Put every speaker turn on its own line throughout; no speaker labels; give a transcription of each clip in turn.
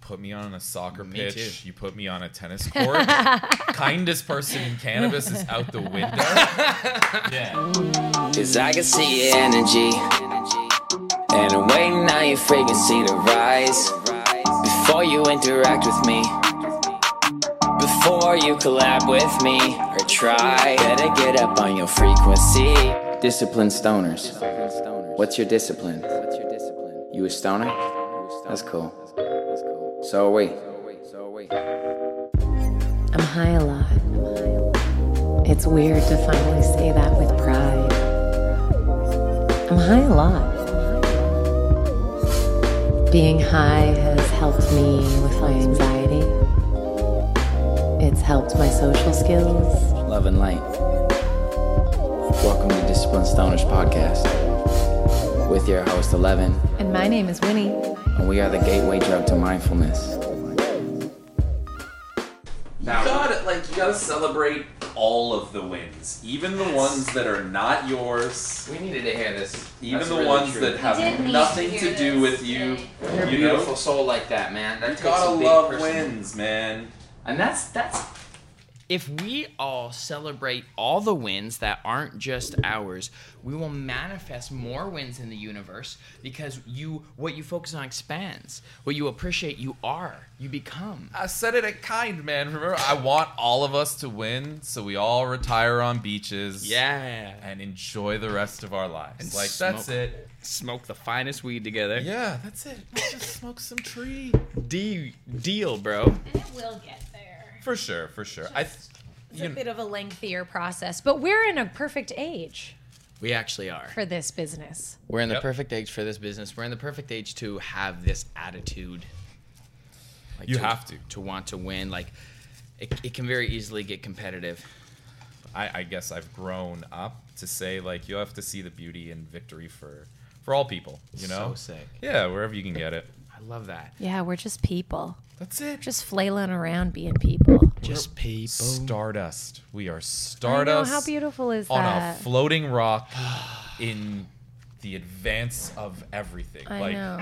put me on a soccer
Me
pitch.
too.
You put me on a tennis court. Kindest person in cannabis is out the window. yeah.
Cause I can see your energy. And I'm waiting on your frequency to rise. Before you interact with me. Before you collab with me or try. Better get up on your frequency. Discipline stoners. What's your discipline? You a stoner? That's cool. So are we.
I'm high a lot. It's weird to finally say that with pride. I'm high a lot. Being high has helped me with my anxiety. It's helped my social skills.
Love and light. Welcome to Discipline Stoners Podcast with your host, Eleven.
And my name is Winnie.
and we are the gateway drug to mindfulness.
You gotta like you gotta celebrate all of the wins, even the ones that are not yours,
We needed to hear this.
even
That's
the
really
ones
true.
that
did
have
need
nothing
to
to
hear
do
this.
with you.
You're a
you
beautiful
know,
soul like that, man. That
you
takes
gotta
a big
love
person.
wins, man.
And that's that's
If we all celebrate all the wins that aren't just ours, we will manifest more wins in the universe because you what you focus on expands. What you appreciate, you are, you become.
I said it at kind, man. Remember, I want all of us to win, so we all retire on beaches.
Yeah.
And enjoy the rest of our lives.
And
like that's
smoke.
it.
Smoke the finest weed together.
Yeah, that's it. Let's just smoke some tree.
De- deal, bro.
And it will get there.
For sure, for sure. I th-
It's
you
a
kn-
bit of a lengthier process, but we're in a perfect age
We actually are.
for this business.
We're in the
Yep.
perfect age for this business. We're in the perfect age to have this attitude. Like
You have to.
to want to win. Like it, it can very easily get competitive.
I, I guess I've grown up to say like you have to see the beauty in victory for for all people. You know,
so sick.
yeah, wherever you can get it.
I love that.
Yeah, we're just people.
That's it.
Just flailing around being people.
Just people.
Stardust. We are
I know,
stardust
how beautiful is
on
that?
a floating rock in the advance of everything.
I
like
know.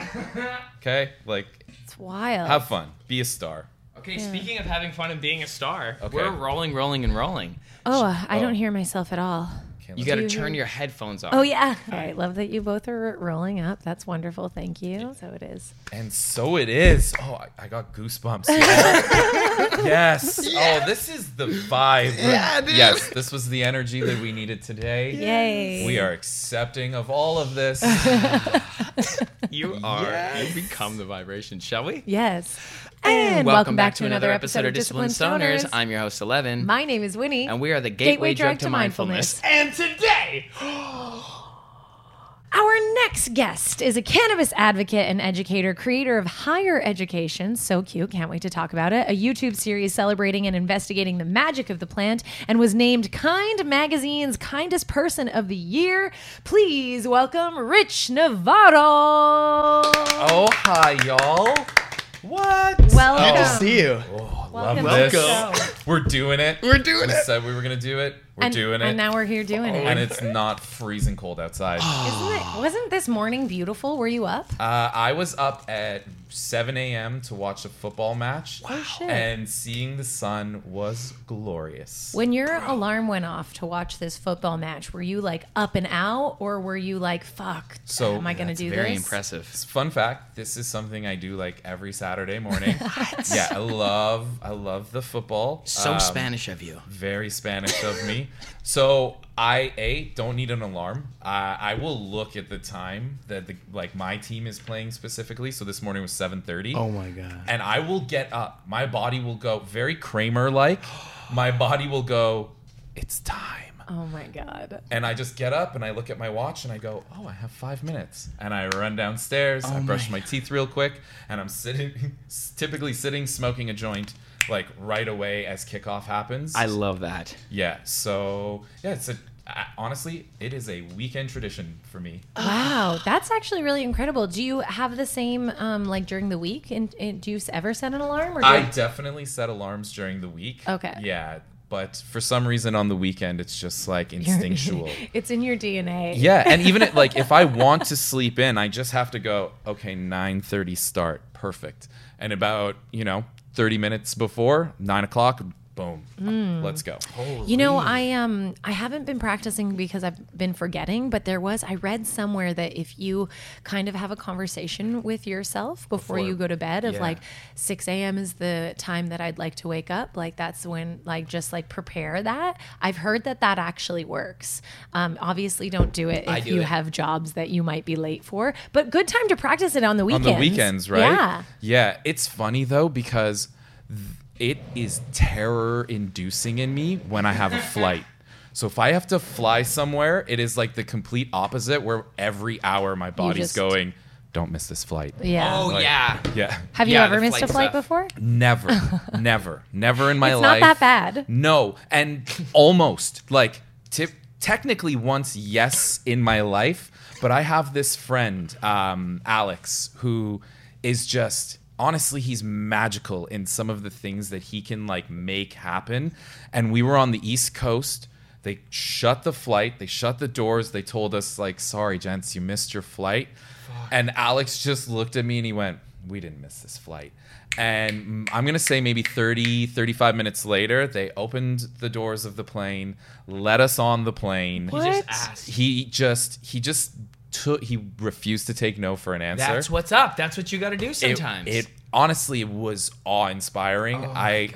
okay, like
It's wild.
have fun, be a star.
Okay, speaking of having fun and being a star,
Okay.
we're rolling, rolling, and rolling.
oh, uh, I
Oh.
don't hear myself at all.
Can't
You
let-
got to
you
turn
hear-
your headphones off.
Oh, yeah. I love that you both are rolling up. That's wonderful. Thank you. So it is.
and so it is. Oh, I, I got goosebumps. yes. Oh, this is the vibe. Yeah, dude. Yes, this was the energy that we needed today.
Yay.
We are accepting of all of this.
You are. You become the vibration. Shall we?
Yes. And, welcome, back, to another episode of Discipline Stoners.
I'm your host Eleven,
My name is Winnie.
and we are the Gateway, Drug, to mindfulness. And today,
Our next guest is a cannabis advocate and educator, creator of Higher Education. So cute. Can't wait to talk about it. A YouTube series celebrating and investigating the magic of the plant and was named Kind Magazine's Kindest Person of the Year. Please welcome Rich Navarro.
oh, hi, y'all. What?
Welcome.
Oh,
see you.
oh,
Welcome
love
to the
this. We're doing it.
We're doing
We
it.
said we were going to do it. We're
and,
doing it.
and now we're here doing it.
and it's not freezing cold outside. uh,
Isn't it. Wasn't this morning beautiful? Were you up?
I was up at 7 a.m. to watch a football match.
Oh, shit.
And seeing the sun was glorious.
When your alarm went off to watch this football match, were you like up and out, or were you like, "Fuck,
So,
am I going to
That's
do
very
this?"
impressive.
Fun fact: This is something I do like every Saturday morning. Yeah, I love, I love the football.
So
Um,
Spanish of you.
very Spanish of me. So I a don't need an alarm. Uh, I will look at the time that the like my team is playing specifically. So this morning was seven thirty. Oh my god! And I will get up. My body will go very Kramer like. My body will go. It's time.
Oh my god!
And I just get up and I look at my watch and I go, oh, I have five minutes. And I run downstairs. I brush my teeth real quick. And I'm sitting, typically sitting, smoking a joint, like right away as kickoff happens.
I love that.
Yeah. So yeah, it's a I- honestly, it is a weekend tradition for me.
Wow, that's actually really incredible. Do you have the same um, like during the week, and, and do you ever set an alarm? Or do
I
you-
definitely set alarms during the week.
Okay.
Yeah. But for some reason on the weekend, it's just like instinctual.
It's in your DNA.
yeah, and even it, like if I want to sleep in, I just have to go. Okay, nine thirty start, perfect. And about you know thirty minutes before nine o'clock, boom,
Mm.
let's go.
You know, I um I haven't been practicing because I've been forgetting, but there was I read somewhere that if you kind of have a conversation with yourself before,
Before-
you go to bed of
yeah.
like six AM is the time that I'd like to wake up, like that's when like just like prepare that. I've heard that that actually works. Um obviously don't do it
I
if
do
you
it.
have jobs that you might be late for, but good time to practice it on the weekends.
on the weekends, right?
Yeah.
Yeah. It's funny though because th- it is terror inducing in me when I have a flight. So if I have to fly somewhere, it is like the complete opposite where every hour my body's
just-
going, don't miss this flight.
Yeah.
Oh
Like-
yeah.
Yeah.
have you
yeah,
ever
the
missed a
flight
flight
stuff.
before?
Never, never, never in my
It's not
life.
that bad.
No, and almost like tip. Technically, once yes in my life, but I have this friend, um, Alex, who is just honestly he's magical in some of the things that he can like make happen. And we were on the East Coast. They shut the flight. They shut the doors. They told us like, "Sorry, gents, you missed your flight." And Alex just looked at me and he went, "We didn't miss this flight." And mm, I'm going to say maybe 30 35 minutes later, they opened the doors of the plane, let us on the plane.
He just
What?
asked.
He just he just took he refused to take no for an answer.
That's what's up. That's what you got to do
It-
sometimes.
It, honestly was awe-inspiring.
Oh
I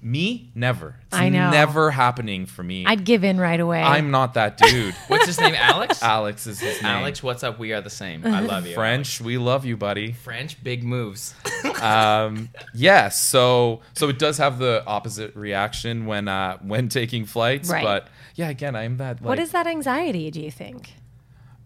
me never. It's
I know.
never happening for me.
I'd give in right away.
I'm not that dude.
What's his name? Alex.
Alex is his name.
Alex, what's up? We are the same. I love you.
French, Oh, we love you, buddy.
French big moves.
Yeah, so so it does have the opposite reaction when uh when taking flights,
Right.
but yeah, again, I'm that like
what is that anxiety, do you think?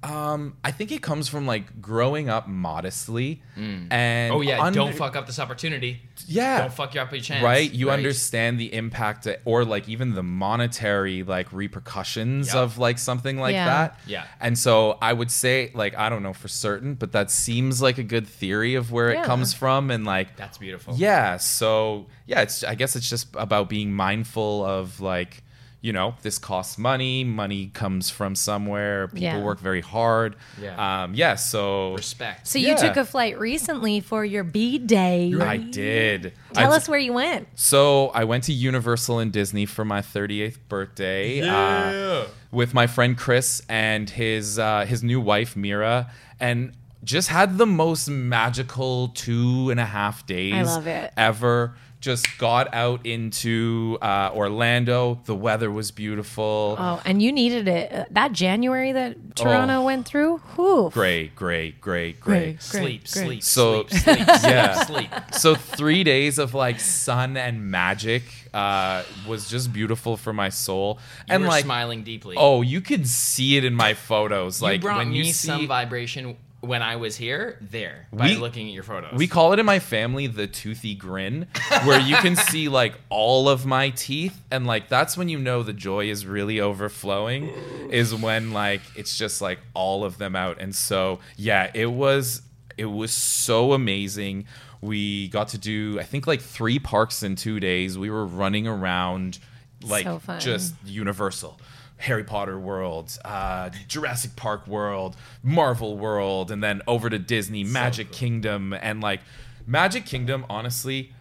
I think it comes from like growing up modestly and
Oh yeah,
under-
don't fuck up this opportunity.
Yeah.
Don't fuck you up your chance.
Right? You understand the impact or like even the monetary like repercussions
Yep.
of like something like
Yeah.
that.
Yeah.
And so I would say like I don't know for certain, but that seems like a good theory of where
Yeah.
it comes from and like
That's
Oh.
beautiful.
Yeah. So yeah, it's I guess it's just about being mindful of like, you know, this costs money. Money comes from somewhere. People
Yeah.
work very hard.
Yeah.
Um, yeah. So
Respect.
So you
Yeah.
took a flight recently for your B day.
I did.
Tell
I-
us where you went.
So I went to Universal and Disney for my 38th birthday uh, with my friend Chris and his uh, his new wife Mira, and just had the most magical two and a half days
love it.
ever. Just got out into uh, Orlando. The weather was beautiful.
Oh, and you needed it Uh, that January that Toronto
Oh.
went through. Whew.
Great, great, great, great.
sleep,
great.
sleep,
So-
sleep, sleep,
Yeah.
sleep, sleep.
so three days of like sun and magic uh, was just beautiful for my soul.
You
and
were
like
smiling deeply.
Oh, you could see it in my photos.
you
like
brought
when
me
you see,
some vibration when I was here. There, by
We-
looking at your photos.
we call it in my family the toothy grin, where you can see like all of my teeth, and like that's when you know the joy is really overflowing, is when like it's just like all of them out. And so yeah, it was it was so amazing. We got to do I think like three parks in two days. We were running around like
So fun.
just Universal, Harry Potter World, uh, Jurassic Park World, Marvel World, and then over to Disney, Magic Kingdom, and like Magic Kingdom. Honestly,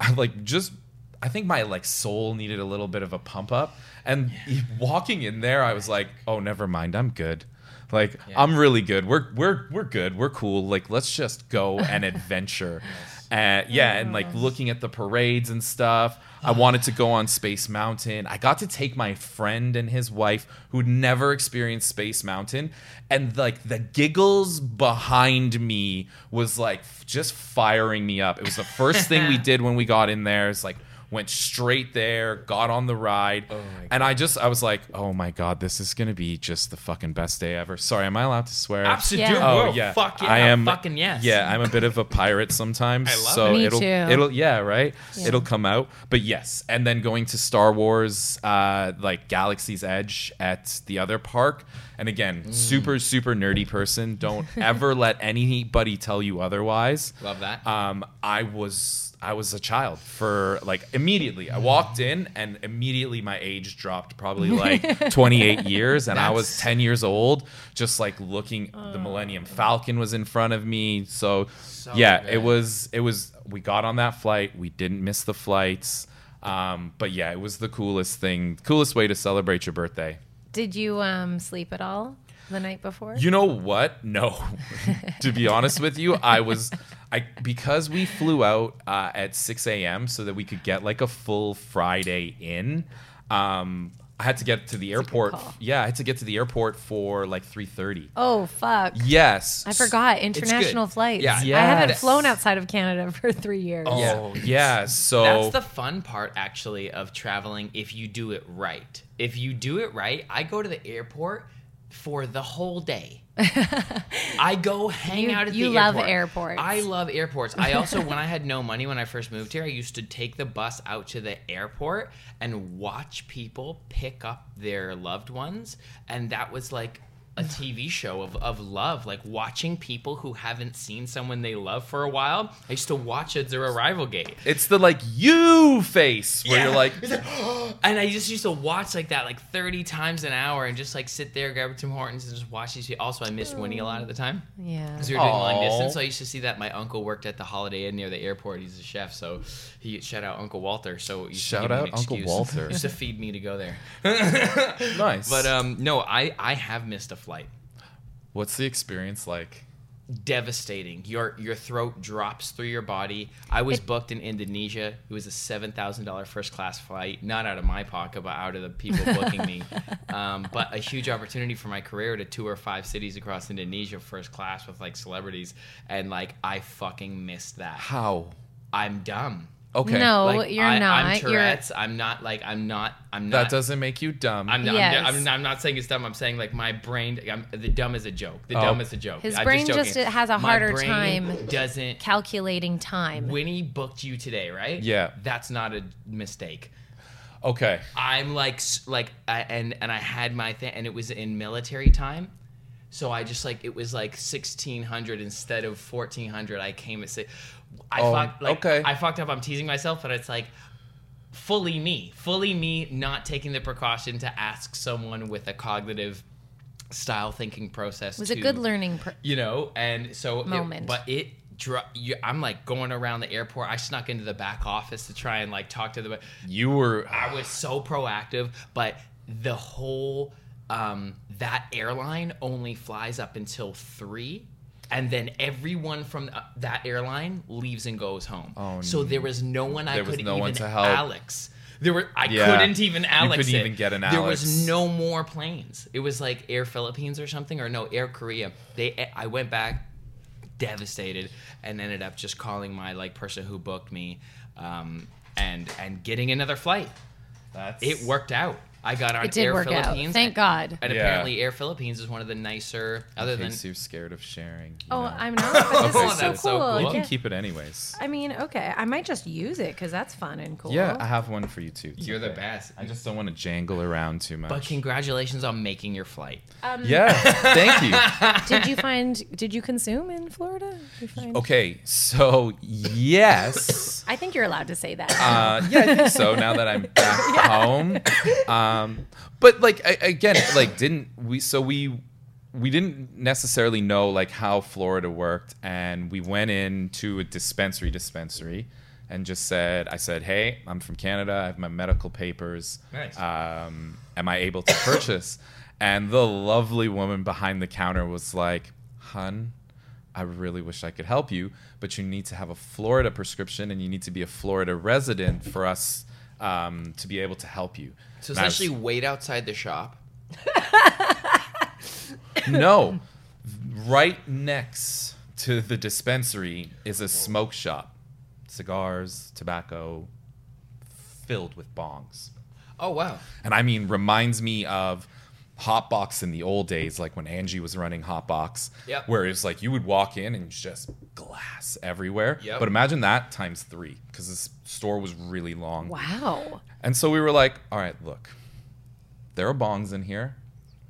I, like just I think my like soul needed a little bit of a pump up, and walking in there, I was like, oh, never mind, I'm good. Like I'm really good. We're we're we're good. We're cool. Like let's just go and adventure. And yeah, and like looking at the parades and stuff. I wanted to go on Space Mountain. I got to take my friend and his wife who'd never experienced Space Mountain and like the giggles behind me was like f- just firing me up. It was the first thing we did when we got in there. It's like went straight there, got on the ride, and I just I was like, "Oh my god, this is going to be just the fucking best day ever." Sorry, am I allowed to swear?
Absolutely.
Yeah.
Oh
Whoa,
yeah,
Fuck yeah.
I am
Fucking yes.
Yeah, I'm a bit of a pirate sometimes.
I love
so
it. Me
will
too.
it'll yeah right. It'll come out. But yes, and then going to Star Wars, uh, like Galaxy's Edge at the other park. And again,
Mm.
super super nerdy person. Don't ever let anybody tell you otherwise.
Uh, Love that.
Um, I was I was a child for like im- immediately. I walked in and immediately my age dropped probably like 28 years and I was 10 years old just like looking
Oh.
the Millennium Falcon was in front of me. So, yeah, it
good.
was it was we got on that flight. We didn't miss the flights. Um, but yeah, it was the coolest thing, coolest way to celebrate your birthday.
Did you um, sleep at all the night before?
You know what? No. to be honest with you, I was I because we flew out uh, at 6 a.m. so that we could get like a full Friday in. Um, I had to get to the airport.
call.
Yeah, I had to get to the airport for like 3:30.
oh fuck.
Yes.
I forgot international flights.
Yeah.
I haven't
Yes.
flown outside of Canada for three years.
Oh, yeah. So
That's the fun part, actually, of traveling if you do it right. If you do it right, I go to the airport for the whole day. I go hang
You-
out at
you
the
love
airport.
airports.
I love airports. I also, when I had no money when I first moved here, I used to take the bus out to the airport and watch people pick up their loved ones. And that was like a TV show of, of love, like watching people who haven't seen someone they love for a while. I used to watch at their arrival gate.
it's the like you face where you're
Yeah.
like
And I just used to watch like that like 30 times an hour and just like sit there, grab some Hortons, and just watch these. people. Also, I missed Winnie a lot of the time
Yeah.
because we were doing long
Aw.
distance. So I used to see that my uncle worked at the Holiday Inn near the airport. He's a chef, so he shout out Uncle Walter. So he used to
Shout
give me an
out Uncle
excuse.
Walter.
used to feed me to go there.
nice.
But um, no, I I have missed a flight.
what's the experience like?
Devastating. Your your throat drops through your body. I was booked in Indonesia. It was a seven thousand dollar first class flight, not out of my pocket, but out of the people booking me. Um, but a huge opportunity for my career to tour five cities across Indonesia first class with like celebrities, and like I fucking missed that.
How?
I'm dumb.
Okay.
No,
Like,
Oh, you're
I,
not.
I'm
You're-
Tourette's. I'm not like I'm not. I'm
That
not.
doesn't make you dumb.
I'm not,
Yes.
I'm, I'm, I'm not saying it's dumb. I'm saying like my brain. I'm, the dumb is a joke. The
Oh.
dumb is a joke.
His
I'm
brain
joking.
just has a
My
harder
brain
time
Doesn't.
Calculating time.
Winnie booked you today, right?
Yeah.
That's not a mistake.
okay.
I'm like s- like I, and and I had my thing, and it was in military time. So I just like it was like sixteen hundred instead of fourteen hundred. I came at six. I
Oh,
fucked like
okay.
I fucked up. I'm teasing myself, but it's like fully me, fully me, not taking the precaution to ask someone with a cognitive style thinking process.
was
to,
a good learning. Pr-
you know and so it-
Moment.
but it dro- you, i'm like going around the airport i snuck into the back office to try and like talk to the
You were
i was so proactive but the whole um that airline only flies up until three and then everyone from uh, that airline leaves and goes home. Oh, so there was no one I
There was
could
no
even
one to help.
Alex. There were I
Yeah.
couldn't even
You
Alex.
couldn't
it.
even get an
There was
Alex.
no no more planes. It was like Air Philippines or something, or no, Air Korea. They, eh, I went back devastated and ended up just calling my like person who booked me, um, and and getting another flight.
that's
It worked out. I got on
it did
Air
work out.
Philippines.
Thank
and,
God.
And
Yeah.
apparently, Air Philippines is one of the nicer, other
In
than
case you're scared of sharing. you
Oh,
know.
I'm not. But this is so cool.
that's so cool.
You
Well,
can
Yeah.
keep it anyways.
I mean, okay, I might just use it because that's fun and cool.
Yeah, I have one for you too. It's
you're the
okay.
best.
I just don't want to jangle around too much.
But congratulations on making your flight.
yeah, thank you.
did you find? Did you consume in Florida? You find-
Okay, so yes.
I think you're allowed to say that.
Uh, yeah, I think so. Now that I'm back home, um, but like I, again, like didn't we? So we we didn't necessarily know like how Florida worked, and we went in to a dispensary, dispensary, and just said, I said, hey, I'm from Canada. I have my medical papers.
Nice.
um, am I able to purchase? and the lovely woman behind the counter was like, hun, I really wish I could help you, but you need to have a Florida prescription and you need to be a Florida resident for us um, to be able to help you.
So
And I was-
essentially, wait outside the shop.
no, right next to the dispensary is a smoke shop, cigars, tobacco, filled with bongs.
Oh wow!
and I mean reminds me of Hotbox in the old days, like when Angie was running Hotbox,
Yep.
where it's like you would walk in and just glass everywhere.
Yep.
But imagine that times three, because this store was really long.
wow.
And so we were like, all right, look, there are bongs in here.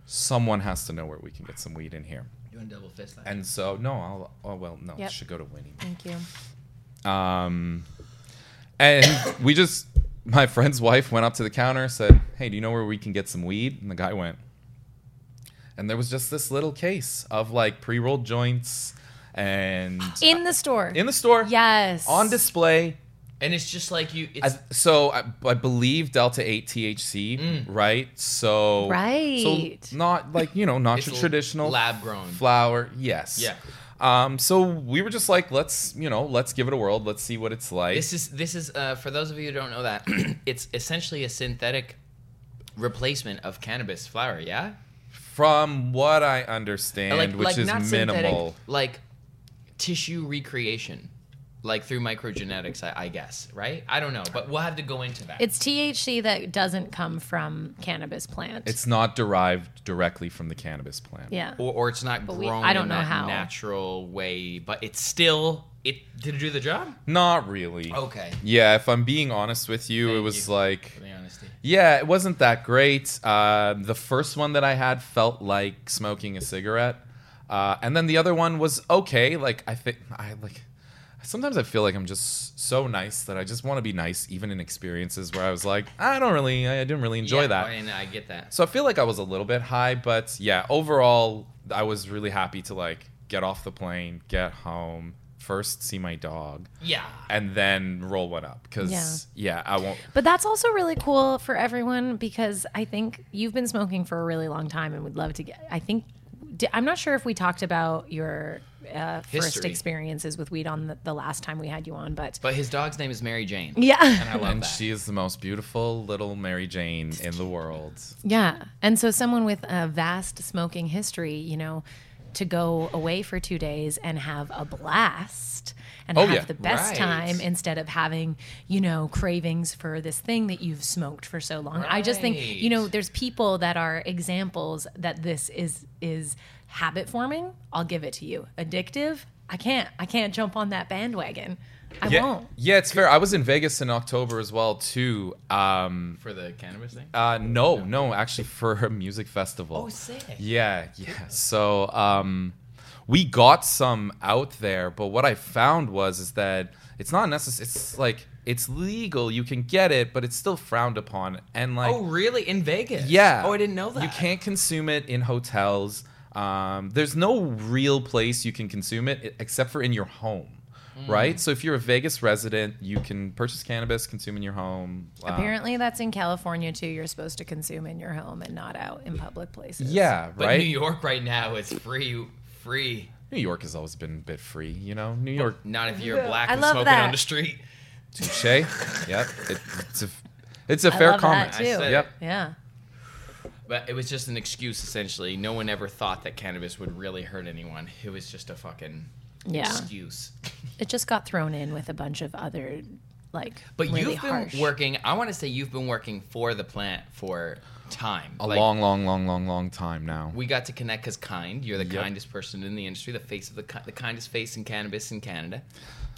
Someone has to know where we can get some weed in here.
Doing double fist. that.
And so, no, I'll, oh, well, no,
Yep.
it should go to Winnie.
Thank you.
Um, and we just my friend's wife went up to the counter, said, "Hey, do you know where we can get some weed?" And the guy went, and there was just this little case of like pre-rolled joints and
in the store.
in the store,
yes.
on display.
And it's just like you. It's,
I, so I, I believe delta eight THC,
Mm.
right? So
Right.
so not like you know not
It's
your traditional
lab grown.
flower. Yes.
Yeah.
Um, so we were just like, let's you know, let's give it a whirl. Let's see what it's like.
This is this is uh, for those of you who don't know that it's essentially a synthetic replacement of cannabis flower. Yeah,
From what I understand, which is minimal.
like tissue recreation, like through microgenetics. I, I guess right. I don't know, but we'll have to go into that.
It's THC that doesn't come from cannabis plant.
It's not derived directly from the cannabis plant.
yeah.
or, or it's not
we-
grown
I don't
in
know
a
how.
natural way, but it's still it did it do the job.
Not really.
Okay,
Yeah, if I'm being honest with you, it
Thank
was
you.
like,
for the honesty.
yeah, it wasn't that great. Uh, the first one that I had felt like smoking a cigarette, uh, and then the other one was okay. Like I think I like. Sometimes I feel like I'm just so nice that I just want to be nice, even in experiences where I was like, I don't really, I didn't really enjoy
Yeah,
that.
And I get that.
So I feel like I was a little bit high, but yeah, overall, I was really happy to like get off the plane, get home, first see my dog,
Yeah.
and then roll one up. Cause yeah, I won't.
But that's also really cool for everyone because I think you've been smoking for a really long time and would love to get. I think di- I'm not sure if we talked about your uh, first
History.
experiences with weed on the, the last time we had you on, but,
But his dog's name is Mary Jane.
yeah,
I love
And
that.
she is the most beautiful little Mary Jane in the world.
yeah. And so someone with a vast smoking history, you know, to go away for two days and have a blast and
Oh,
have
yeah.
the best
Right.
time instead of having you know cravings for this thing that you've smoked for so long i just think you know
Right.
there's people that are examples that this is is habit forming i'll give it to you addictive i can't i can't jump on that bandwagon i
Yeah,
won't
yeah, it's fair. I was in Vegas in October as well too. Um,
For the cannabis thing? Oh,
uh, no, no, actually for a music festival.
sick.
Yeah, yeah. So um, we got some out there, but what I found was is that it's not necessary. It's like it's legal. You can get it, but it's still frowned upon. And like,
Oh, really? In Vegas?
yeah.
Oh, I didn't know that.
You can't consume it in hotels. Um, there's no real place you can consume it e- except for in your home.
Hmm.
Right, so if you're a Vegas resident, you can purchase cannabis, consume in your home. uh,
apparently that's in california too you're supposed to consume in your home and not out in public places
yeah,
But
right.
New York right now is free. Free.
New York has always been a bit free, you know. New York
Not if you're black
I
and
love
smoking
that.
on the street.
Touche. yep. It, it's a it's a
I
fair
love
comment.
that too.
I said it.
Yep.
yeah
But it was just an excuse, essentially. No one ever thought that cannabis would really hurt anyone. It was just a fucking
Yeah.
excuse.
it just got thrown in with a bunch of other like
But
really
you've been
harsh.
working, I want to say you've been working for the plant for time.
A
Like,
long, long, long, long, long time now.
We got to connect because kind. You're the
Yep.
kindest person in the industry, the face of the, ki- the kindest face in cannabis in Canada.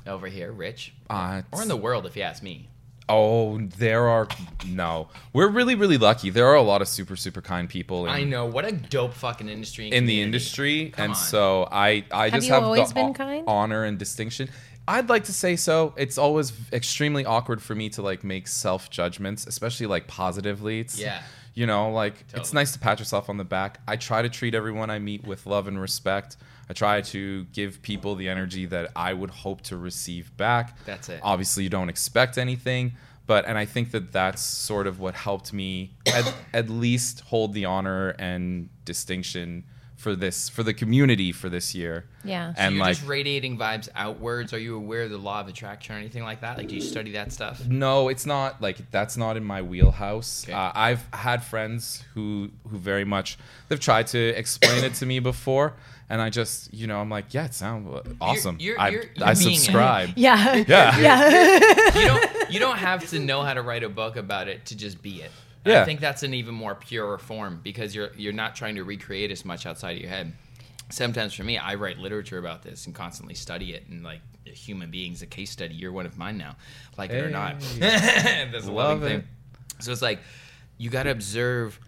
Over here, Rich.
Uh,
Or in the world, if you ask me.
oh, there are no. We're really, really lucky. There are a lot of super, super kind people in,
I know. What a dope fucking industry. and
Mm. in the
community.
industry,
Come
and
on.
so I, I just
you
have
always
the
been
ho-
kind?
honor and distinction. I'd like to say so. It's always extremely awkward for me to like make self judgments, especially like positively. It's,
Yeah.
You know, like it's
Totally.
nice to pat yourself on the back. I try to treat everyone I meet with love and respect. I try to give people the energy that I would hope to receive back.
That's it.
Obviously, you don't expect anything, but and I think that that's sort of what helped me at, at least hold the honor and distinction for this for the community for this year.
Yeah. So
So
and
you're
like
just radiating vibes outwards. Are you aware of the law of attraction or anything like that? Like, do you study that stuff?
no it's not like that's not in my wheelhouse
Okay.
uh, i've had friends who who very much they've tried to explain it to me before and i just you know i'm like yeah it sounds awesome
you're-
i,
you're-
I
you're being it.
subscribe
yeah
yeah
You don't. You don't have to know how to write a book about it to just be it. And
Yeah.
I think that's an even more purer form because you're you're not trying to recreate as much outside of your head. Sometimes for me, I write literature about this and constantly study it and like a human beings a case study. You're one of mine now, like it or not. That's a loving
Love it.
thing. So it's like you got to observe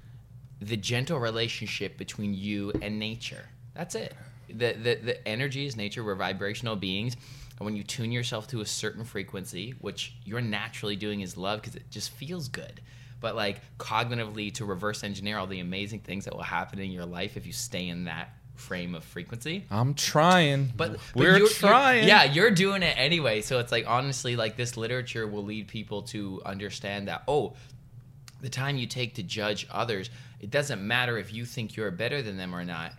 the gentle relationship between you and nature. That's it. The, the the energy is nature. We're vibrational beings. And when you tune yourself to a certain frequency, which you're naturally doing is love because it just feels good. But like cognitively to reverse engineer all the amazing things that will happen in your life if you stay in that frame of frequency.
I'm trying.
But, but
we're
you're- you're-
trying.
yeah, you're doing it anyway. So it's like honestly, like this literature will lead people to understand that oh, the time you take to judge others, it doesn't matter if you think you're better than them or not.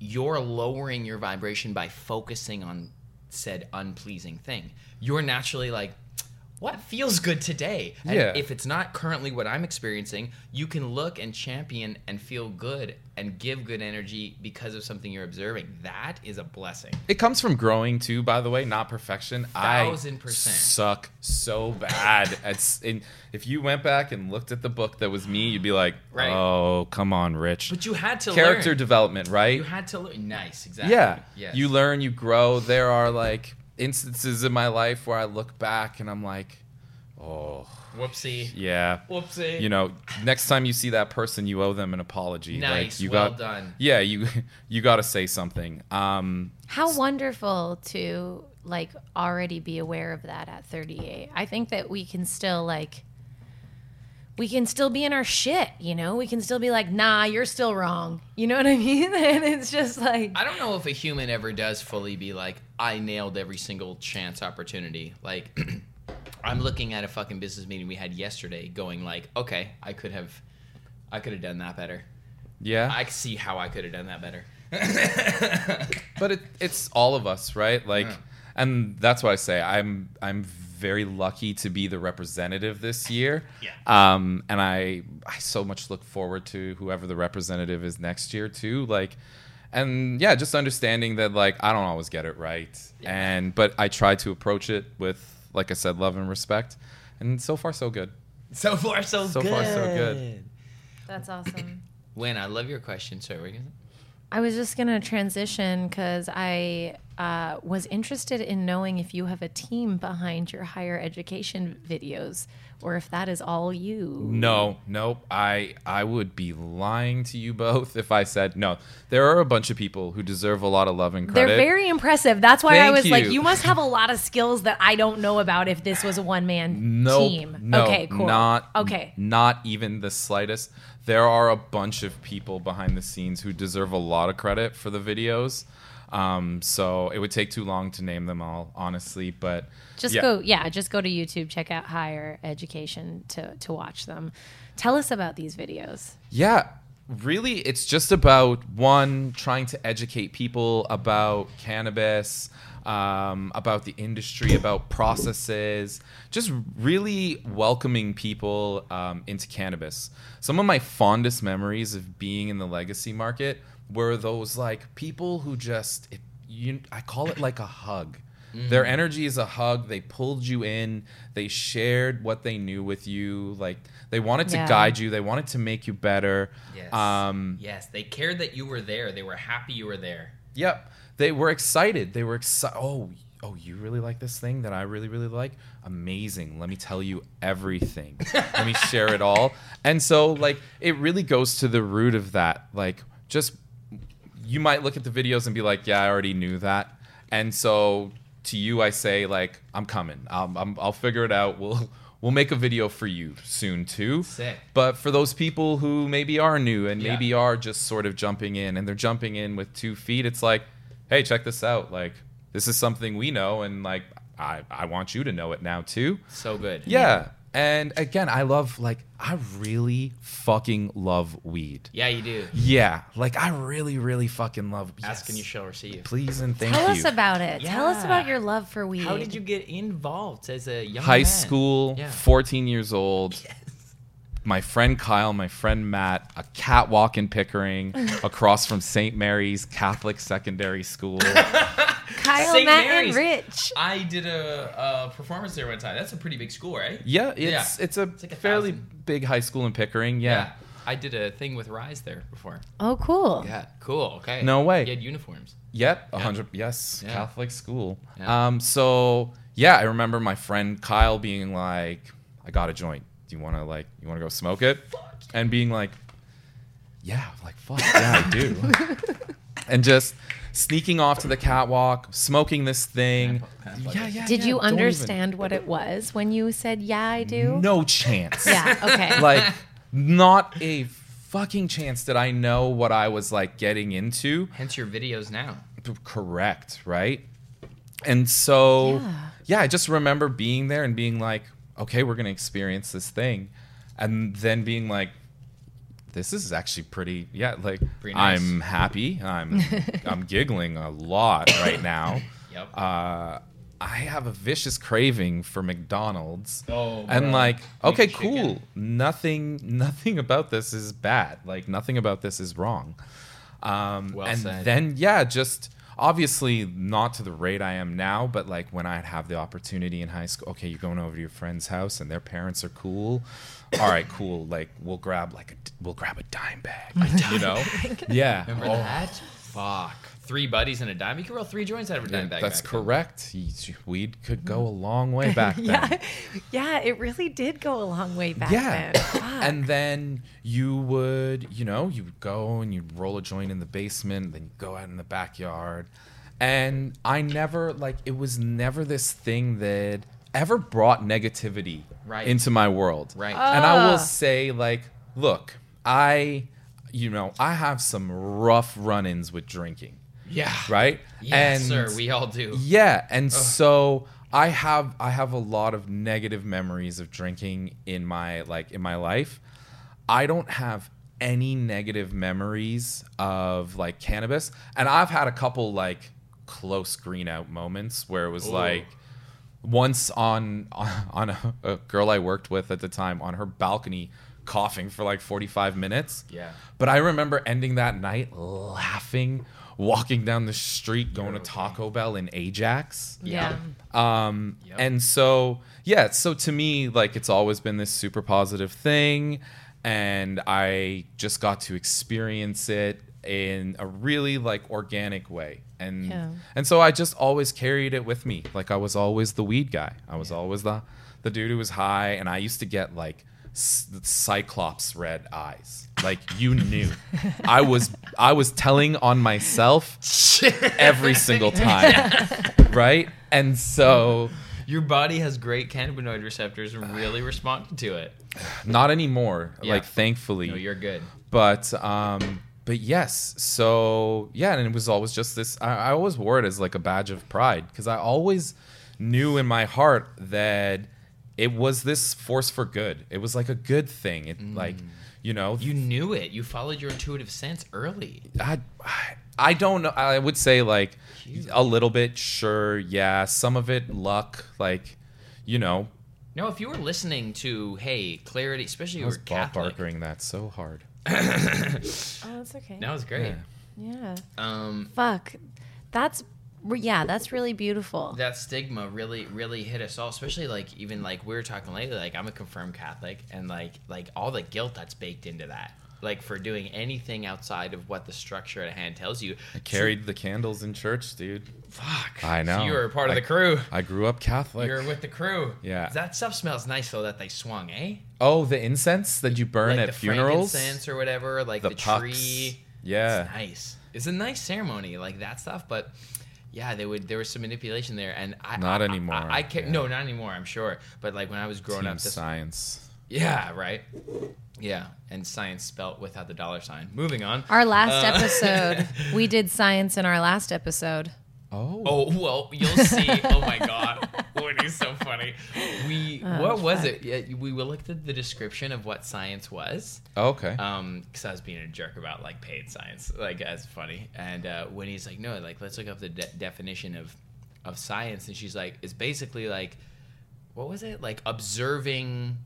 You're lowering your vibration by focusing on said unpleasing thing. You're naturally like, what feels good today? And
Yeah.
if it's not currently what I'm experiencing, you can look and champion and feel good and give good energy because of something you're observing. That is a blessing.
It comes from growing too, by the way, not perfection. I
Thousand percent.
suck so bad at. s- In, if you went back and looked at the book that was me, you'd be like,
Right.
"Oh, come on, Rich."
But you had to
character
learn.
development, right?
you had to learn. Nice, exactly.
yeah.
Yes.
You learn, you grow. There are like instances in my life where I look back and I'm like, "Oh,
Whoopsie.
yeah."
Whoopsie.
You know, next time you see that person, you owe them an apology. Like,
Nice,
you
well
got,
done.
Yeah, you you got to say something. Um,
How wonderful to like already be aware of that at 38. I think that we can still like we can still be in our shit, you know? We can still be like, "Nah, you're still wrong." You know what I mean? And it's just like
I don't know if a human ever does fully be like, I nailed every single chance opportunity. Like, I'm looking at a fucking business meeting we had yesterday, going like, okay, I could have, I could have done that better.
yeah.
I see how I could have done that better.
but it, it's all of us, right? Like, and that's why I say I'm I'm very lucky to be the representative this year.
Yeah.
Um, and I I so much look forward to whoever the representative is next year too. Like, and yeah, just understanding that like I don't always get it right, and but I try to approach it with like I said, love and respect, and so far so good.
So far, so,
So
good.
far, so good.
That's awesome.
Win, I love your question. Sorry, were you gonna-
I was just gonna transition because I uh, was interested in knowing if you have a team behind your higher education videos, or if that is all you.
No, nope. I I would be lying to you both if I said no. There are a bunch of people who deserve a lot of love and
They're
credit.
very impressive. That's why I
Thank
was like,
you.
you must have a lot of skills that I don't know about if this was a one man
Nope,
team.
No,
okay, cool.
Not
okay.
Not even the slightest. There are a bunch of people behind the scenes who deserve a lot of credit for the videos. Um, so it would take too long to name them all, honestly. But
Just
yeah.
go, yeah, just go to YouTube, check out higher education to to watch them. Tell us about these videos.
Yeah, really, it's just about one trying to educate people about cannabis, um, about the industry, about processes, just really welcoming people um, into cannabis. Some of my fondest memories of being in the legacy market were those like people who just it, you, I call it like a hug. Their energy is a hug. They pulled you in. They shared what they knew with you. Like they wanted to
Yeah.
guide you. They wanted to make you better.
Yes.
Um,
yes, they cared that you were there. They were happy you were there.
Yep. They were excited. They were excited. Oh, oh, you really like this thing that I really, really like? Amazing. Let me tell you everything. Let me share it all. And so, like, it really goes to the root of that. Like, just you might look at the videos and be like, yeah, I already knew that. And so to you, I say, like, I'm coming. Um, I'm, I'll figure it out. We'll. We'll make a video for you soon too.
Sick.
But for those people who maybe are new and
Yeah.
maybe are just sort of jumping in and they're jumping in with two feet, it's like, hey, check this out. Like, this is something we know and like I, I want you to know it now too.
So good.
Yeah. And again, I love like I really fucking love weed.
Yeah, you do.
Yeah. Like I really, really fucking love yes.
Ask and you shall receive.
Please and thank
Tell
you.
us about it. Tell us
Yeah.
about your love for weed.
How did you get involved as a young
High
man?
school,
Yeah.
14 years old. My friend Kyle, my friend Matt, a catwalk in Pickering across from St. Mary's Catholic Secondary School.
Kyle,
St.
Matt,
Mary's.
and Rich?
I did a, a performance there one time. That's a pretty big school, right?
Yeah, it's
Yeah.
it's a
like a
fairly
thousand.
big high school in Pickering. Yeah.
I did a thing with Rise there before.
Oh, cool.
Yeah. Cool. Okay.
No way.
You had uniforms.
Yep. A hundred. Yes.
Yeah.
Catholic school.
Yeah.
Um. So yeah, I remember my friend Kyle being like, "I got a joint. Do you want to like, you want to go smoke it?" And being like, "Yeah, I'm like fuck yeah, I do." and just sneaking off to the catwalk, smoking this thing. Yeah, yeah.
Did
yeah,
you
don't even-
understand what it was when you said, yeah, I do?
No chance.
Yeah, okay.
like not a fucking chance did I know what I was like getting into.
Hence your videos now.
P- Correct, right? And so yeah. I just remember being there and being like, okay, we're going to experience this thing. And then being like this is actually pretty yeah, like
Pretty nice.
I'm happy. I'm I'm giggling a lot right now.
Yep.
Uh I have a vicious craving for McDonald's.
Oh,
and
bro.
like, okay,
chicken.
cool. Nothing, nothing about this is bad. Like, nothing about this is wrong. Um,
Well
and
said.
then, yeah, just obviously not to the rate I am now, but like when I'd have the opportunity in high school, okay, you're going over to your friend's house and their parents are cool. All right, cool. Like, we'll grab like a, d- we'll grab a dime bag. you know? Yeah. Oh,
Remember that? Fuck. Three buddies and a dime. You could roll three joints out of a dime bag.
That's
back then. Mm.
correct. You- Weed could go a long way back then.
Yeah. Yeah, it really did go a long way back
Yeah.
then. Fuck.
And then you would, you know, you would go and you'd roll a joint in the basement, then you go out in the backyard. And I never, like, it was never this thing that ever brought negativity
Right.
into my world.
Right.
And I
Ah.
will say, like, look, I, you know, I have some rough run ins with drinking,
Yeah.
right?
Yes, sir. We all do.
Yeah, and so I have I have a lot of negative memories of drinking in my like in my life. I don't have any negative memories of like cannabis, and I've had a couple like close green out moments where it was like once on on a, a girl I worked with at the time on her balcony coughing for like 45 minutes.
Yeah.
But I remember ending that night laughing, walking down the street going to Taco Bell in Ajax.
yeah.
Um
Yep.
and so yeah, so to me like it's always been this super positive thing and I just got to experience it in a really like organic way. And
Yeah.
and so I just always carried it with me. Like I was always the weed guy. I was always the the dude who was high and I used to get like s- cyclops red eyes. Like you knew. I was I was telling on myself every single time. right? And so
Your body has great cannabinoid receptors and really responded to it.
not anymore.
Yeah.
Like thankfully.
No, you're good.
but um but yes so yeah and it was always just this i, I always wore it as like a badge of pride because i always knew in my heart that it was this force for good it was like a good thing it
Mm.
like you know
You knew it. You followed your intuitive sense early.
I, I- I don't know. I would say like a little bit, sure, yeah. Some of it luck, like you know.
No, if you were listening to, hey, clarity, especially
I
you were
was Bob
Catholic.
Barkering that so hard.
Oh, that's okay.
That was great.
Yeah.
Um,
Fuck. That's yeah, that's really beautiful.
that stigma really really hit us all especially like even like we were talking lately like i'm a confirmed catholic and like like all the guilt that's baked into that like for doing anything outside of what the structure at hand tells you
I carried the candles in church, dude.
fuck
I
So
know.
you were a part of
I-
the crew
I grew up Catholic.
you're with the crew
Yeah.
that stuff smells nice though that they swung eh
Oh, the incense that you burn
like
at
the
funerals.
frankincense or whatever like the,
the pucks.
tree
Yeah.
It's nice. It's a nice ceremony, like that stuff. But yeah, they would there was some manipulation there, and I
Not
I-
anymore,
I, I can't.
yeah.
No, not anymore. I'm sure. But like when I was growing
Team
up, this
science.
yeah, right, yeah, and science spelt without the dollar sign. Moving on.
Our last
uh,
episode, we did science in our last episode.
Oh.
Oh well, you'll see. oh my god, what is so funny? We what was it? Yeah, we looked at the description of what science was.
Okay.
Um, because I was being a jerk about like paid science, like that's funny. And uh, when he's like, no, like let's look up the de- definition of of science, and she's like, it's basically like, what was it? Like observing.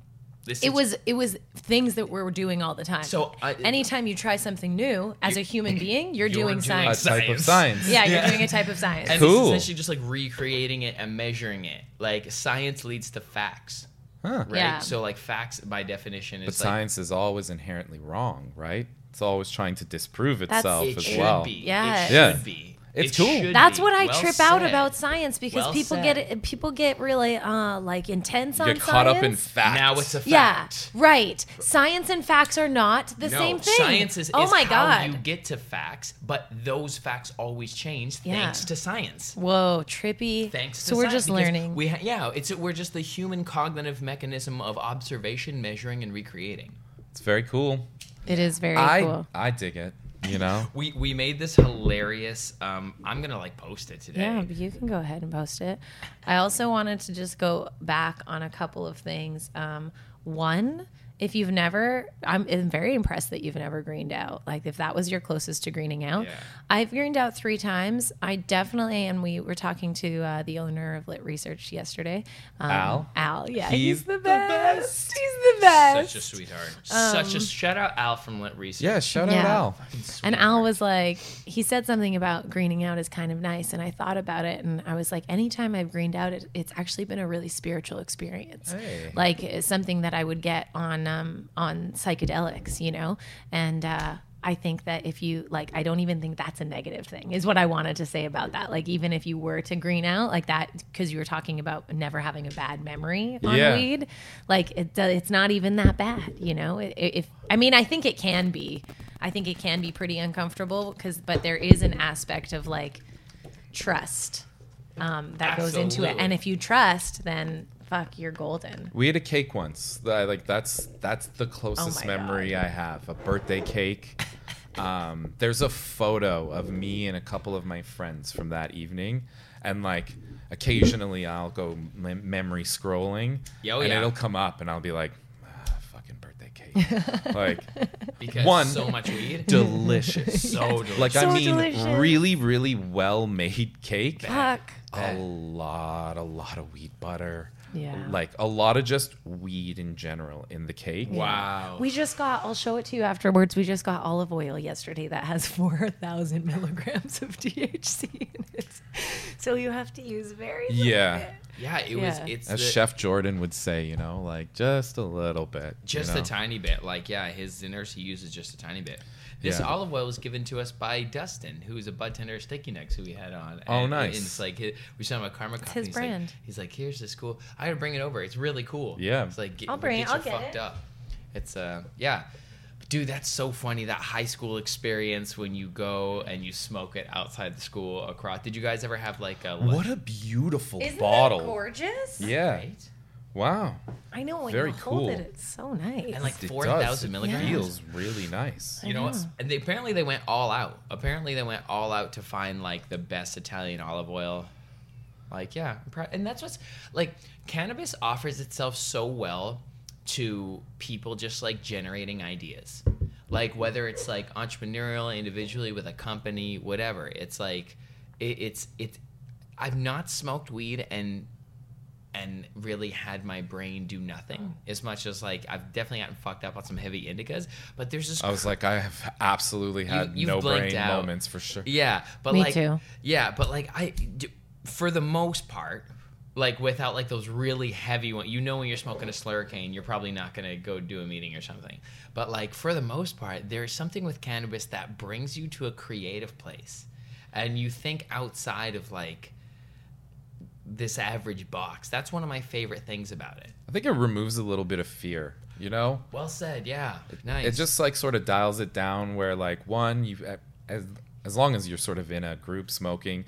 This
It was it was things that we're doing all the time.
So, I-
anytime you try something new as a human being,
you're
you're, doing,
doing
a
science.
science.
type of science.
Yeah, you're
Yeah.
doing a type of science.
and
Cool.
it's essentially just like recreating it and measuring it. Like science leads to facts,
Huh.
right?
Yeah.
So like facts by definition
But
is like
science is always inherently wrong, right? It's always trying to disprove
That's-
itself
it
as
should
well.
be.
Yes.
It
Yeah.
should be.
It's
It
cool.
should
That's
be.
what I
Well
trip out
said.
about science because
Well
people
said.
get people get really uh like intense
You
on
get caught up in
science.
facts.
Now it's a
Yeah,
fact.
right. Science and facts are not the
no,
same thing.
Science is,
oh
is
my
how
god.
you get to facts, but those facts always change
Yeah.
thanks to science.
Whoa, trippy.
Thanks.
So
to
we're
science,
just
because
learning.
We ha- yeah, it's we're just the human cognitive mechanism of observation, measuring, and recreating.
It's very cool.
it is very
I
cool.
I dig it. You know.
We we made this hilarious. Um, I'm gonna like post it today.
Yeah, but you can go ahead and post it. I also wanted to just go back on a couple of things. Um, one, if you've never, I'm, I'm very impressed that you've never greened out. Like, if that was your closest to greening out,
Yeah.
I've greened out three times. I definitely, and we were talking to uh, the owner of Lit Research yesterday, um,
Al?
Al, yeah,
He's
he's, the,
the
best. He's the best.
Such a sweetheart. Such a shout out Al from Lit Research.
Yeah. Shout out
Yeah.
Al.
Um, And Al was like, he said something about greening out is kind of nice. And I thought about it and I was like, anytime I've greened out, it, it's actually been a really spiritual experience.
Hey.
Like it's something that I would get on, um, on psychedelics, you know? And, uh, I think that if you like, I don't even think that's a negative thing, is what I wanted to say about that. Like, even if you were to green out like that, because you were talking about never having a bad memory on
Yeah.
weed, like it, do- it's not even that bad, you know. I- If I mean, I think it can be, I think it can be pretty uncomfortable because, but there is an aspect of like trust um, that goes into it,
Absolutely.
and if you trust, then fuck, you're golden.
We had a cake once. I, like that's that's the closest
my
memory I have. A birthday cake. Um, there's a photo of me and a couple of my friends from that evening, and like occasionally I'll go mem- memory scrolling,
Yo,
and
yeah.
it'll come up, and I'll be like, ah, "Fucking birthday cake!" like
because
one-
so much weed.
delicious.
so delicious.
Like
So
I mean,
delicious.
really, really well made cake.
Fuck.
Eh.
A lot, a lot of wheat butter.
Yeah.
Like a lot of just weed in general in the cake.
wow.
We just got, I'll show it to you afterwards. We just got olive oil yesterday that has 4,000 milligrams of THC in it. So you have to use very little
Yeah.
bit.
yeah, it was.
Yeah.
It's
As
the-
Chef Jordan would say, you know, like just a little bit. you
just
know?
a tiny bit. Like yeah, his dinners he uses just a tiny bit. This
Yeah.
olive oil was given to us by Dustin, who is a bud tender at Sticky Necks, who we had on.
Oh,
And-
nice.
And it's like hi- we saw him at Karma Coffee.
his
he's like-
brand.
he's like, here's this cool. I gotta bring it over. It's really cool.
Yeah.
It's like get,
I'll bring
get
it.
you
I'll get
fucked
it.
up. It's uh yeah. Dude, that's so funny. That high school experience when you go and you smoke it outside the school across. Did you guys ever have like a lunch-
What a beautiful
Isn't
bottle.
that gorgeous?
Yeah.
Right?
Wow.
I know when
Very
you hold it,
cool.
it's so nice.
And like
It does.
four thousand
It
milligrams.
Feels really nice.
You know, what's- and they, apparently they went all out. Apparently they went all out to find like the best Italian olive oil. Like yeah, I'm proud- and that's what's like cannabis offers itself so well to people just like generating ideas. Like whether it's like entrepreneurial individually with a company, whatever. It's like it, it's it's I've not smoked weed and and really had my brain do nothing as much as like I've definitely gotten fucked up on some heavy indicas, but there's this
I was like, I have absolutely had
you've
no
blanked
brain
out.
moments for sure.
Yeah, but
Me
like,
too.
yeah, but like I, d- for the most part, like without like those really heavy ones, you know, when you're smoking a slurricane, you're probably not gonna go do a meeting or something. But like for the most part, there's something with cannabis that brings you to a creative place, and you think outside of like this average box. That's one of my favorite things about it.
I think it removes a little bit of fear, you know?
Well said. Yeah. Nice.
it just like sort of dials it down where like one you as as long as you're sort of in a group smoking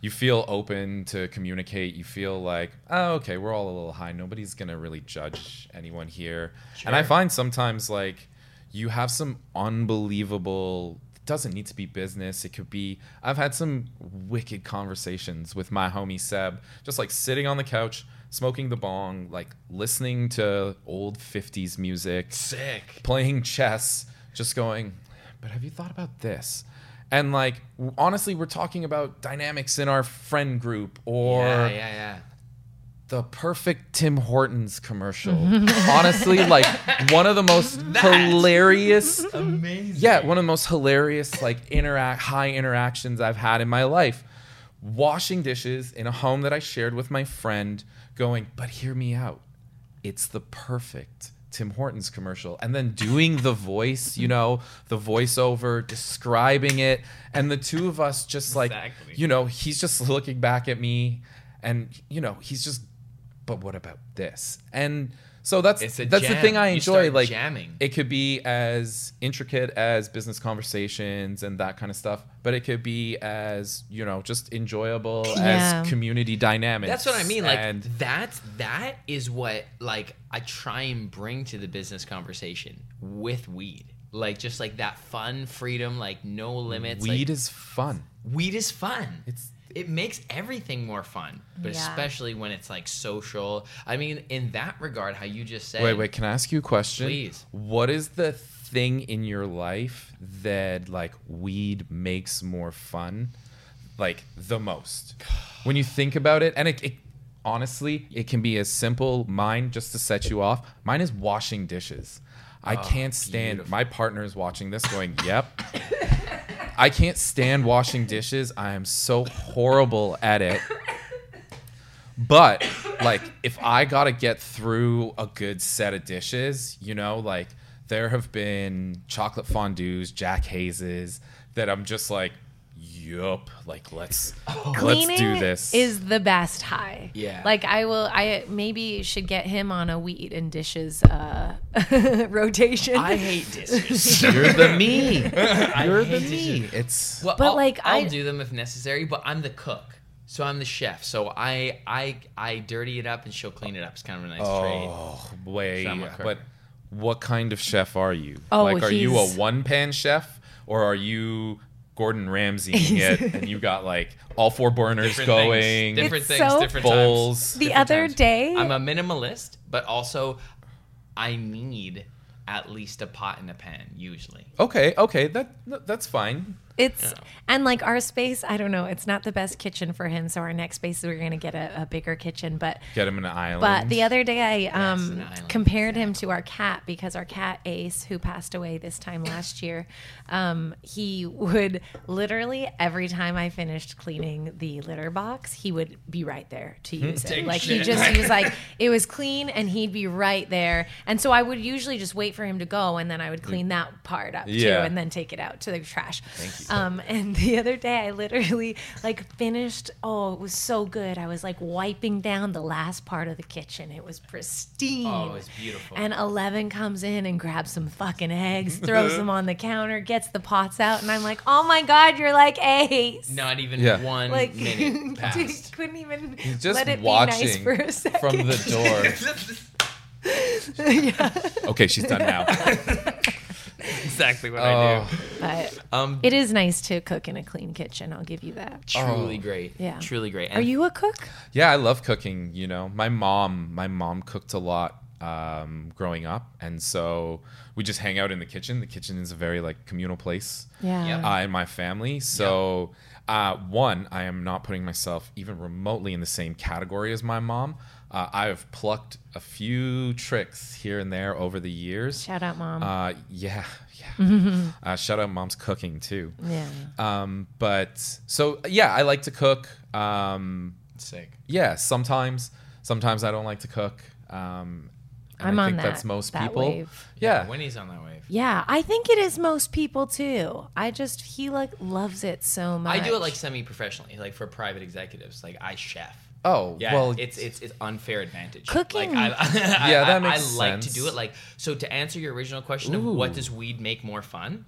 you feel open to communicate you feel like oh okay we're all a little high nobody's gonna really judge anyone here and i
Sure.
find sometimes like you have some unbelievable it doesn't need to be business it could be i've had some wicked conversations with my homie seb just like sitting on the couch smoking the bong like listening to old 50s music
sick.
playing chess, just going, but have you thought about this? And like, w- honestly, we're talking about dynamics in our friend group or
yeah, yeah, yeah.
the perfect Tim Hortons commercial. honestly, like one of the most hilarious.
Amazing.
Yeah, one of the most hilarious, like interact high interactions I've had in my life. Washing dishes in a home that I shared with my friend, going, but hear me out. It's the perfect Tim Hortons commercial and then doing the voice, you know, the voiceover, describing it. And the two of us just like,
Exactly.
you know, he's just looking back at me and, you know, he's just, but what about this? And so that's
It's a
that's the
jam.
thing I
You
enjoy.
start
like
jamming.
it could be as intricate as business conversations and that kind of stuff, but it could be as, you know, just enjoyable
Yeah.
as community dynamics.
That's what I mean. Like
and
that that is what like I try and bring to the business conversation with weed. Like just like that fun freedom, like no limits. like-
weed is fun.
weed is fun.
It's-
it makes everything more fun, but
Yeah.
especially when it's like social. I mean, in that regard, how you just said.
Wait, wait. Can I ask you a question?
Please.
What is the thing in your life that like weed makes more fun, like the most? When you think about it, and it, it honestly, it can be as simple. Mine, just to set you off. Mine is washing dishes. I can't stand. My partner is watching this, going, "Yep." I can't stand washing dishes. I am so horrible at it. But like if I got to get through a good set of dishes, you know, like there have been chocolate fondues, Jack Hayes that I'm just like, yup, like let's
Cleaning
let's do this.
is the best high.
Yeah.
Like I will I maybe should get him on a weed and dishes uh rotation.
I hate dishes.
You're the me. You're the
hate
me.
dishes.
It's
well,
But,
I'll,
like,
I'll
I-
do them if necessary, but I'm the cook. So I'm the chef. So I I I dirty it up and she'll clean it up. It's kind of a nice trade.
oh way.
So I'm a cook.
But what kind of chef are you?
Oh,
like are you a
he's-
one pan chef or are you Gordon Ramsaying it and you got like all four burners going?
things, different
It's
things,
so-
different times.
bowls.
the
different
other
times.
day
I'm a minimalist, but also I need at least a pot and a pan usually.
Okay, okay, that that- that's fine.
It's and like our space, I don't know, it's not the best kitchen for him. So our next space we're gonna get a, a bigger kitchen. But
Get him an island.
but the other day I
it's
um
an island,
compared him to our cat because our cat Ace, who passed away this time last year, um, he would literally every time I finished cleaning the litter box, he would be right there to use it.
Hmm. Take
Like he
shit.
just he was like it was clean and he'd be right there. And so I would usually just wait for him to go and then I would clean that part up
Yeah.
too and then take it out to the trash. Um, and the other day, I literally like finished. Oh, it was so good. I was like wiping down the last part of the kitchen. It was pristine.
Oh, it's beautiful.
And Eleven comes in and grabs some fucking eggs, throws them on the counter, gets the pots out, and I'm like, "Oh my god, you're like Ace!"
Not even
Yeah.
one
like
minute passed.
couldn't even
just
let it be
watching
nice for a second.
from the door. okay, she's done now.
exactly what
Oh,
but
Um,
it is nice to cook in a clean kitchen. I'll give you that.
truly great.
Yeah.
Truly great.
Are you a cook?
yeah, I love cooking. You know, my mom, my mom cooked a lot um, growing up, and so we just hang out in the kitchen. The kitchen is a very like communal place.
Yeah.
Yep.
I and my family. So, uh, one, I am not putting myself even remotely in the same category as my mom. Uh, I have plucked a few tricks here and there over the years.
Shout out, mom.
Uh, yeah, yeah. Uh, shout out mom's cooking too.
yeah.
Um, but so yeah, I like to cook. Um,
sick?
yeah, sometimes, sometimes I don't like to cook. Um, and
I'm
I
on
think
that-
that's most
that
people.
wave.
Yeah,
Winnie's on that wave.
Yeah, I think it is most people too. I just he like loves it so much.
I do it like semi-professionally, like for private executives. Like I chef.
Oh,
yeah.
well,
it's it's it's unfair advantage.
Cooking.
Like, I,
Yeah,
I-
that
I- I,
makes
like to
sense.
do it. Like so, to answer your original question of
Ooh.
what does weed make more fun,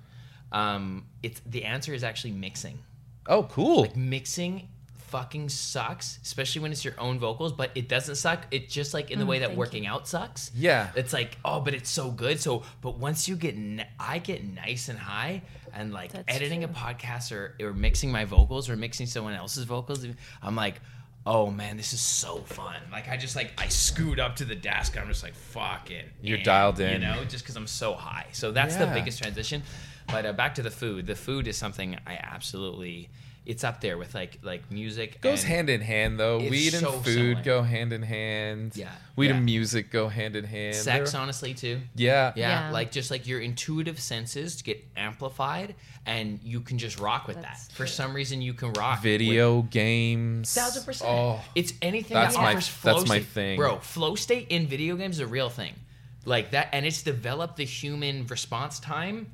um, it's the answer is actually mixing.
Oh, cool.
Mixing fucking sucks, especially when it's your own vocals. But it doesn't suck. It's just like in the way that working out sucks.
Mm, Yeah.
It's like oh, but it's so good. So, but once you get, n I I get nice and high, and like
That's
editing
true.
a podcast or or mixing my vocals or mixing someone else's vocals, I'm like. Oh man, this is so fun! Like I just like I scoot up to the desk. and I'm just like fucking.
You're
in,
dialed
you
in.
know just because I'm so high. So that's the
Yeah.
biggest transition. But uh, back to the food. The food is something I absolutely. It's up there with like like music.
goes
and-
hand in hand though.
It's
Weed and
so
food
similar.
go hand in hand.
Yeah,
Weed
yeah.
and music go hand in hand.
Sex,
They're-
honestly, too.
Yeah.
Yeah,
Yeah.
like just like your intuitive senses get amplified, and you can just rock with
That's
that. For some reason, you can rock. with-
Video games.
Thousand percent.
Oh.
It's anything
That's
that
my-
offers flow
that's my
state.
thing.
Bro, flow state in video games is a real thing. like that and it's developed the human response time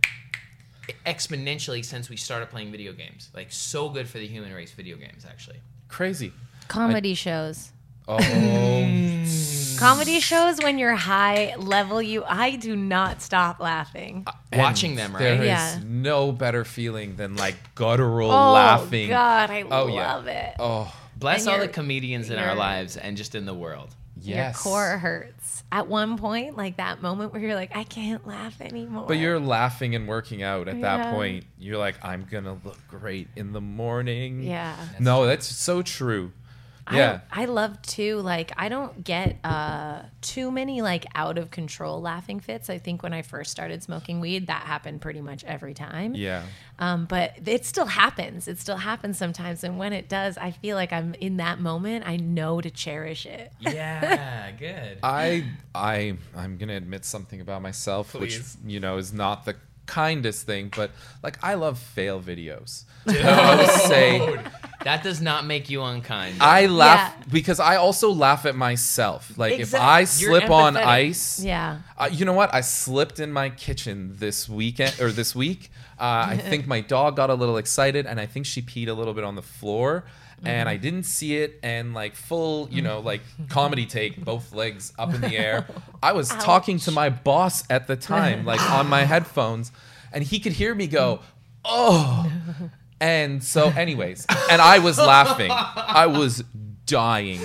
exponentially since we started playing video games like so good for the human race video games actually
Crazy. Um,
Comedy shows.
Oh,
Comedy shows when you're high level you I do not stop laughing.
Uh,
watching them
There
right
is
Yeah.
no better feeling than like guttural
oh
laughing.
god, I
Oh, yeah.
love it.
Oh,
bless
And
all the
you're-
comedians in our
you're-
lives and just in the world
Your
yes.
core hurts. At one point, like that moment where you're like, I can't laugh anymore.
But you're laughing and working out at
Yeah.
that point. You're like, I'm gonna look great in the morning.
Yeah.
No, that's so true.
I-
Yeah.
I, love too. Like I don't get uh too many like out of control laughing fits. I think when I first started smoking weed, that happened pretty much every time.
yeah.
Um, but it still happens. It still happens sometimes. And when it does, I feel like I'm in that moment. I know to cherish it.
yeah good
I I I'm gonna admit something about myself,
Please.
which you know is not the kindest thing, but like I love fail videos. I would
Oh,
say
that does not make you unkind
I laugh
Yeah.
because I also laugh at myself. Like
Exact-
if I
you're
slip on
empathetic.
ice,
Yeah.
Uh, you know what? I slipped in my kitchen this weekend or this week. Uh, I think my dog got a little excited, and I think she peed a little bit on the floor, and I didn't see it. And like full, you know, like comedy take, both legs up in the air. I was talking to my boss at the time, like on my headphones, and he could hear me go, "Oh." And so, anyways, and I was laughing. I was dying.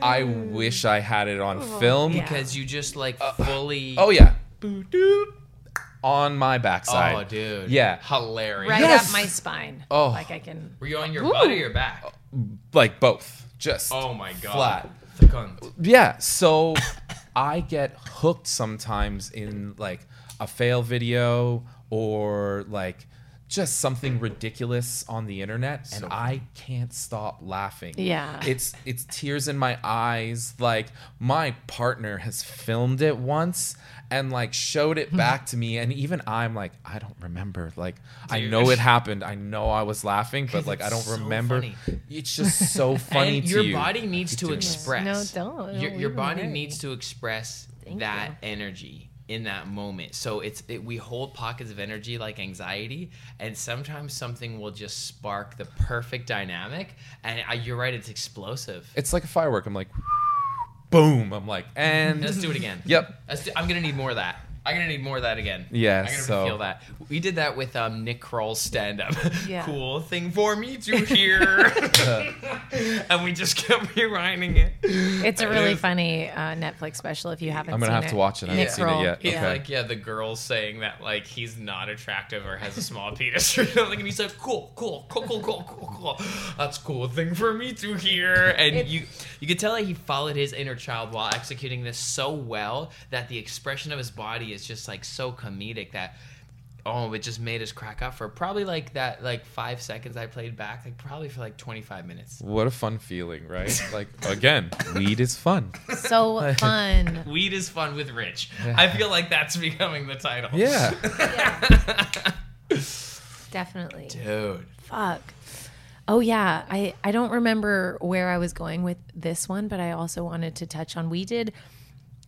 I wish I had it on film.
yeah.
because you just like fully
Oh yeah. Boo-doop. On my backside.
Oh, dude
Yeah.
hilarious
Right
Yes.
up my spine.
Oh.
Like I can.
were you on your butt or your back
Like both. Just.
oh my god
Flat.
The cunt.
Yeah. So I get hooked sometimes in like a fail video or like just something ridiculous on the internet and I can't stop laughing.
Yeah.
It's it's tears in my eyes like my partner has filmed it once and like showed it back to me and even I'm like I don't remember like I know it happened. I know I was laughing but like I
it's
don't
so
remember.
funny.
It's just so funny
and
to
your
you.
body needs to express.
No, don't.
Your,
Don't
your
leave
body
them there.
needs to express that energy in that moment. So it's it, we hold pockets of energy like anxiety, and sometimes something will just spark the perfect dynamic. And I, you're right, it's explosive.
it's like a firework. I'm like, boom. I'm like, and
Let's do it again.
Yep.
Let's do- I'm gonna need more of that. I'm gonna need more of that again.
Yeah,
I'm gonna
so-
feel that. We did that with um, Nick Kroll's stand up.
Yeah.
cool thing for me to hear. and we just kept rewinding it.
It's a really
is.
funny uh, Netflix special if you haven't.
I'm gonna
seen
have
it.
to watch it. I haven't
Nick
seen
Kroll.
it yet.
He's
Okay.
like, yeah, the girl's saying that like he's not attractive or has a small penis or something, and he's like, cool, cool, cool, cool, cool, cool, cool. That's a cool thing for me to hear. And you, you could tell that he followed his inner child while executing this so well that the expression of his body is just like so comedic that. Oh, it just made us crack up for probably like that, like five seconds I played back, like probably for like 25 minutes.
what a fun feeling, right? Like again, weed is fun.
So fun.
Weed is fun with Rich. I feel like that's becoming the title.
Yeah.
Definitely.
Dude.
Fuck. Oh yeah, I I don't remember where I was going with this one, but I also wanted to touch on we did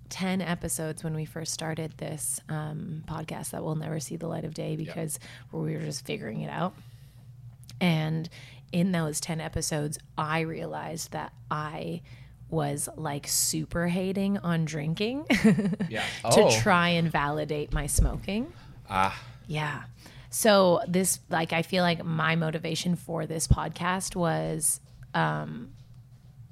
10 episodes when we first started this um, podcast that will never see the light of day because we were just figuring it out. And in those 10 episodes, I realized that I was like super hating on drinking
yeah.
to try and validate my smoking.
Oh. Ah.
Yeah. So this like I feel like my motivation for this podcast was um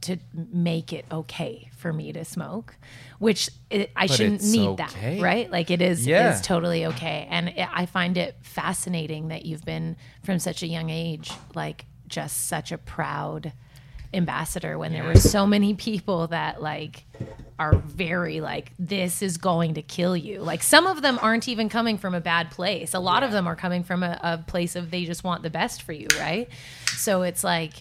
to make it okay for me to smoke, which it, I shouldn't
it's
need
okay.
that, right? Like it is
Yeah.
is totally okay. And it, I find it fascinating that you've been from such a young age like just such a proud ambassador when there were so many people that like are very like this is going to kill you like some of them aren't even coming from a bad place a lot of them are coming from a, a place of they just want the best for you right so it's like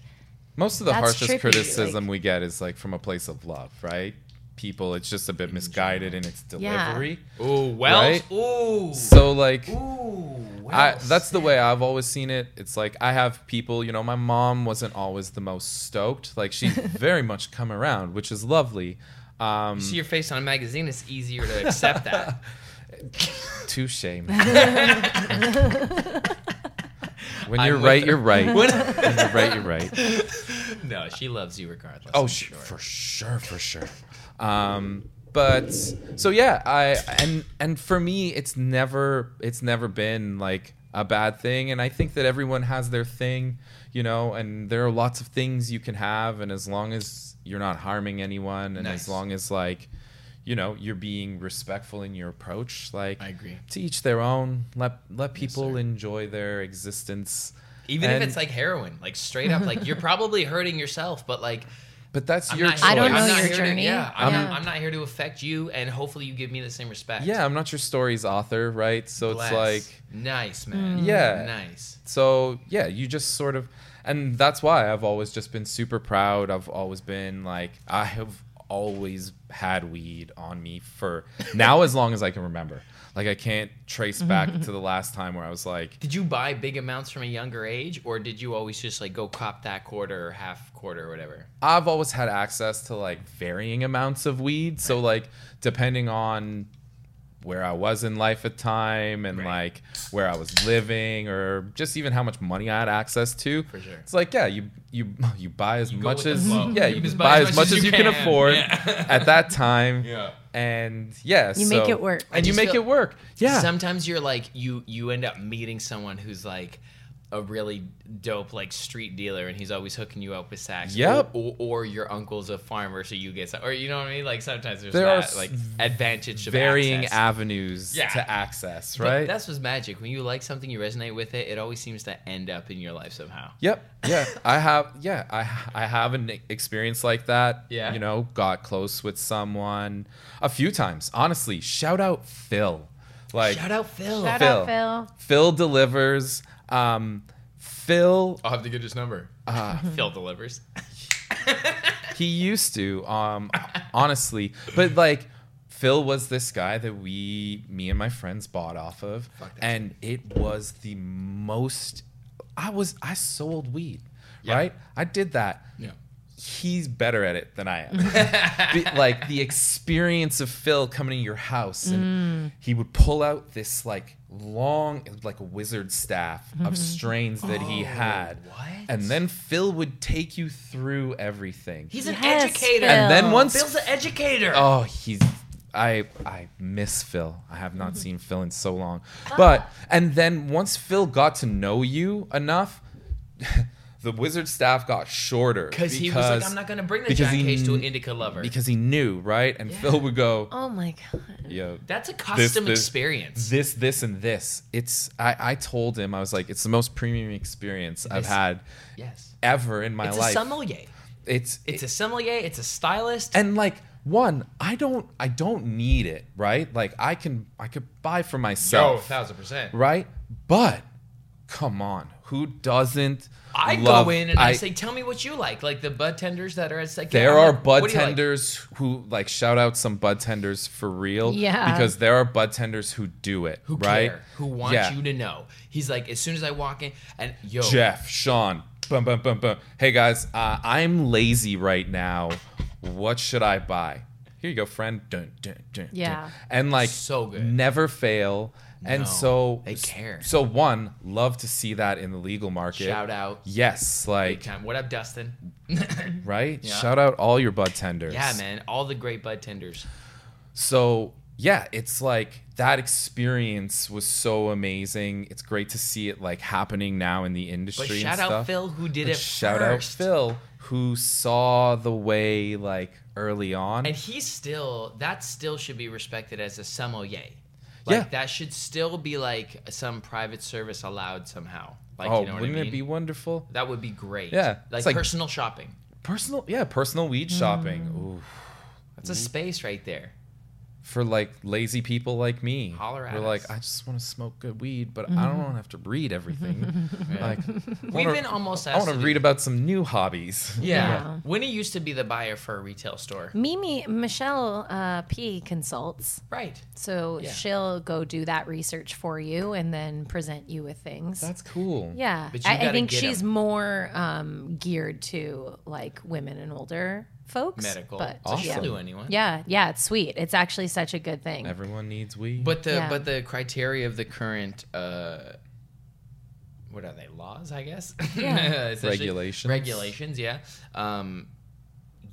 Most of the
That's
harshest
trippy,
criticism
like-
we get is like from a place of love, right? People, it's just a bit misguided in its
Yeah.
delivery.
Ooh, Wells.
Right?
Ooh.
So like,
Ooh,
I,
Wells.
that's the way I've always seen it. It's like I have people, you know, my mom wasn't always the most stoked. Like she's very much come around, which is lovely. Um,
See your face on a magazine. It's easier to accept that.
touche. man. when you're
I'm with
right,
her.
you're right. when you're right, you're right.
no, she loves you regardless.
Oh,
I'm
sh- for sure, for sure. Um, but so yeah, I and and for me, it's never it's never been like a bad thing, and I think that everyone has their thing, you know, and there are lots of things you can have, and as long as you're not harming anyone, and
Nice.
as long as like. You know, you're being respectful in your approach. Like,
I agree.
To each their own. Let let people enjoy their existence.
Even
And-
if it's like heroin, like straight up, like you're probably hurting yourself, but like
but that's
I'm
your
not
choice.
here-
I don't
I'm
know
not
your
here
journey.
To, yeah, I'm,
Yeah.
I'm not here to affect you, and hopefully you give me the same respect.
Yeah, I'm not your story's author, right? So
Bless.
it's like
nice,
Hmm.
man.
Yeah.
nice.
so yeah, you just sort of and that's why I've always just been super proud. I've always been like I have always had weed on me for now as long as I can remember. Like I can't trace back to the last time where I was like
Did you buy big amounts from a younger age, or did you always just like go cop that quarter or half quarter or whatever?
I've always had access to like varying amounts of weed. So like depending on where I was in life at time and
Right.
like where I was living or just even how much money I had access to. For
sure.
It's like yeah, you you you buy as
go
much
with the
as
flow.
yeah, you, buy as much as you can, afford
Yeah.
at that time.
Yeah.
And yeah,
You
so-
make it work.
And you
just
make
feel-
it work. Yeah.
Sometimes you're like you you end up meeting someone who's like a really dope like street dealer and he's always hooking you up with sacks.
Yep.
Or, or, or your uncle's a farmer, so you get some, or you know what I mean. Like sometimes there's
There are
that
s-
like advantage of
varying
access.
avenues
Yeah.
to access,
But
right?
That's what's magic. When you like something, you resonate with it. It always seems to end up in your life somehow.
Yep. Yeah. I have. Yeah. I I have an experience like that.
Yeah.
You know, got close with someone a few times. Honestly, shout out Phil. Like
Shout out Phil.
Shout
Phil.
out, Phil.
Phil delivers. Um, Phil.
I'll have to get his number. Phil delivers.
He used to. Um, honestly, but like. Phil was this guy that we, me and my friends bought off of,
Fuck that
and it was the most. I was I sold weed,
Yeah.
right? I did that.
Yeah.
he's better at it than I am. Be- like the experience of Phil coming to your house and he would pull out this like long like wizard staff of strains that he had.
Oh, what?
And then Phil would take you through everything.
He's an
Yes,
educator.
Phil.
and then once
Phil's an educator.
Oh, he's I I miss Phil. I have
Mm-hmm.
not seen Phil in so long.
Ah.
But and then once Phil got to know you enough, the wizard staff got shorter
because he was like,
because-
I'm not gonna bring the
because
John
he
Cage to an
kn-
indica lover.
because he knew, right? And Phil would go,
Oh my god.
"Yo,
That's a
this-
custom
this-
experience.
This, this, and this. It's. I, I told him I was like, it's the most premium experience I've
This-
had
yes.
ever in my
It's
life.
a sommelier.
it's
It's a sommelier. It's a stylist.
and like one, I don't I don't need it, right? Like I can I could buy for myself,
Oh, thousand percent.
right? But come on, who doesn't?
I
love-
go in and I, say, "Tell me what you like." Like the bud tenders that are at like
There are bud
what do you like?
tenders who like shout out some bud tenders for real.
Yeah.
Because there are bud tenders who do it.
who
right?
care, who want
Yeah.
you to know. He's like, as soon as I walk in, and yo,
Jeff, Sean, bum bum bum bum. Hey guys, uh, I'm lazy right now. What should I buy? Here you go, friend. Dun, dun, dun, dun.
Yeah.
And like
So good.
Never fail. And
No,
so
they care.
So one, love to see that in the legal market.
shout out,
Yes,
big
like
time. What up, Dustin?
right?
Yeah.
Shout out all your bud tenders.
Yeah, man, all the great bud tenders.
So yeah, it's like that experience was so amazing. It's great to see it like happening now in the industry.
But
and
shout out
stuff.
Phil who did
But
it
shout
first.
out Phil who saw the way like early on.
And he's still that still should be respected as a sommelier. Like
Yeah.
that should still be like some private service allowed somehow. Like
oh,
you know what I
wouldn't
mean?
it be wonderful?
that would be great.
Yeah,
Like,
it's like-
personal shopping.
Personal, yeah, personal weed
Mm.
shopping Ooh,
That's
Mm-hmm.
a space right there.
for like lazy people like me.
Holler at
We're
us. Mm-hmm.
like, I just want to smoke good weed, but I don't want to have to read everything. Like, I
We've
wanna-
been almost
I
asked
want to
do
read about some new hobbies.
Yeah.
Yeah.
Winnie used to be the buyer for a retail store.
Mimi Michelle uh, P consults,
Right.
so
Yeah.
she'll go do that research for you and then present you with things.
That's cool.
yeah,
But you
I, I
gotta
think
get
she's
'em.
more um, geared to like women and older folks.
medical.
But
Awesome.
yeah.
She'll do anyone.
yeah, yeah, it's sweet. It's actually such a good thing.
Everyone needs weed.
But the
Yeah.
but the criteria of the current uh, what are they laws? I guess
Yeah.
Essentially.
Regulations.
Regulations, yeah. Um,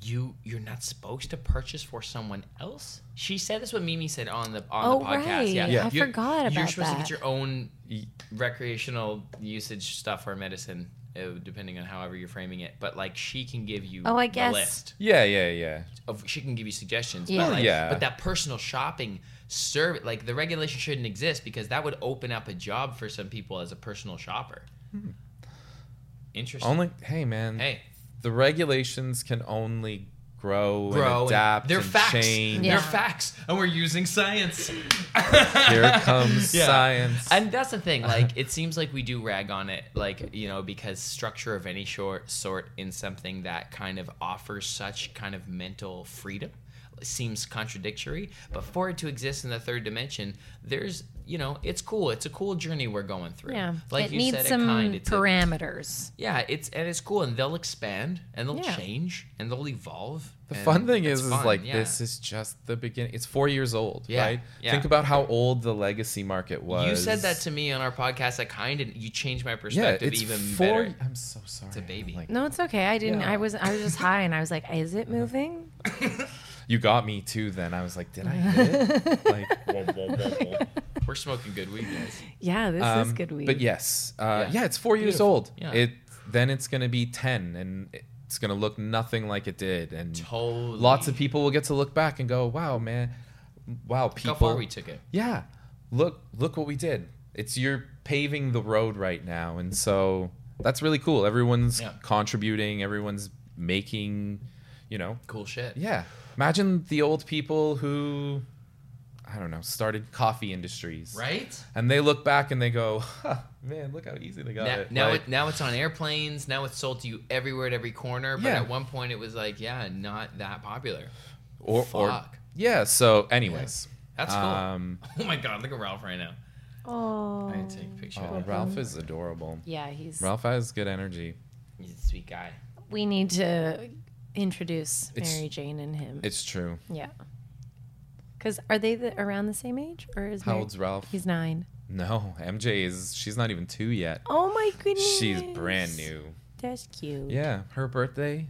you you're not supposed to purchase for someone else. She said that's what Mimi said on the on
Oh,
the podcast.
right.
Yeah,
Yeah. I
You're-
forgot
You're
about
supposed to
that.
get your own recreational usage stuff or medicine, uh, depending on however you're framing it. But like she can give you
Oh, I
the
guess.
list
yeah, yeah, yeah.
of she can give you suggestions.
Yeah.
But like,
Yeah.
But that personal shopping serve like the regulation shouldn't exist because that would open up a job for some people as a personal shopper. Interesting.
Hmm. Only hey man.
hey,
The regulations can only grow,
grow.
and
and-
adapt
They're
and
facts.
change.
Yeah.
They're facts, and we're using science.
Here comes
Yeah.
science.
And that's the thing. Like, it seems like we do rag on it, like you know, because structure of any short sort in something that kind of offers such kind of mental freedom seems contradictory. But for it to exist in the third dimension, there's you know, it's cool. It's a cool journey we're going through.
yeah,
like
it
you
needs
said,
some
it kind. It's a,
parameters.
yeah, it's and it's cool, and they'll expand, and they'll
Yeah.
change, and they'll evolve.
The
and
fun thing
it's
is, is
fun,
like
yeah.
this is just the beginning. It's four years old,
Yeah,
right?
yeah.
Think about how old the legacy market was.
You said that to me on our podcast. I kind of you changed my
yeah,
perspective
it's
even
four.
better.
I'm so sorry. It's
a baby.
No, it's okay. I didn't.
Yeah.
I was. I was just high, and I was like, "Is
Uh-huh.
it moving?"
you got me too. Then I was like, did I hit it? like, whoa, whoa, whoa, whoa.
We're smoking good weed, guys.
Yeah, this is
Um,
good weed.
But yes, uh, yeah.
Yeah.
it's four years
Beautiful.
old.
Yeah.
It then it's gonna be ten, and it's gonna look nothing like it did, and
Totally.
lots of people will get to look back and go, wow, man, wow, people.
How far we took it.
yeah look look what we did it's you're paving the road right now and so that's really cool everyone's
Yeah.
contributing everyone's making you know
Cool shit.
yeah imagine the old people who i don't know started coffee industries
Right?
and they look back and they go huh, man look how easy they got
Now,
it
now,
Uh, Like,
it, now it's on airplanes. Now it's sold to you everywhere at every corner. But
Yeah.
at one point, it was like, yeah, not that popular.
or, or
Fuck.
yeah so anyways
That's cool.
um
oh my God, look at Ralph right now.
oh,
I didn't take a picture
oh,
of that.
ralph is adorable
yeah. He's.
ralph has good energy
He's a sweet guy.
We need to introduce
It's-
Mary Jane and him.
it's true
Yeah. Because are they the, around the same age, or is
how
Mary-
old's ralph
He's nine.
no mj is she's not even two yet
Oh my goodness.
She's brand new.
That's cute.
Yeah, her birthday,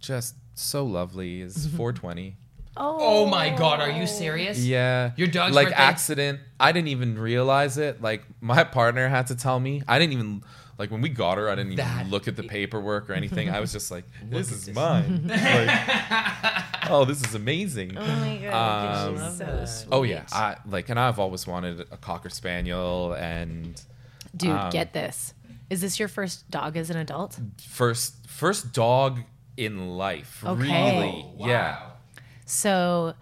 just so lovely, is 420.
Oh.
Oh my God, are you serious?
Yeah.
Your dog's
like
birthday?
accident. I didn't even realize it. Like my partner had to tell me. I didn't even like when we got her. I didn't even
That-
look at the paperwork or anything. I was just like, "This
at
is
this.
mine." like, oh, this is amazing.
Oh my god.
Um,
she's so sweet.
Oh yeah, I like, and I've always wanted a cocker spaniel, and
Dude,
um,
get this. Is this your first dog as an adult?
first first dog in life.
Okay.
Really?
Oh,
Yeah.
So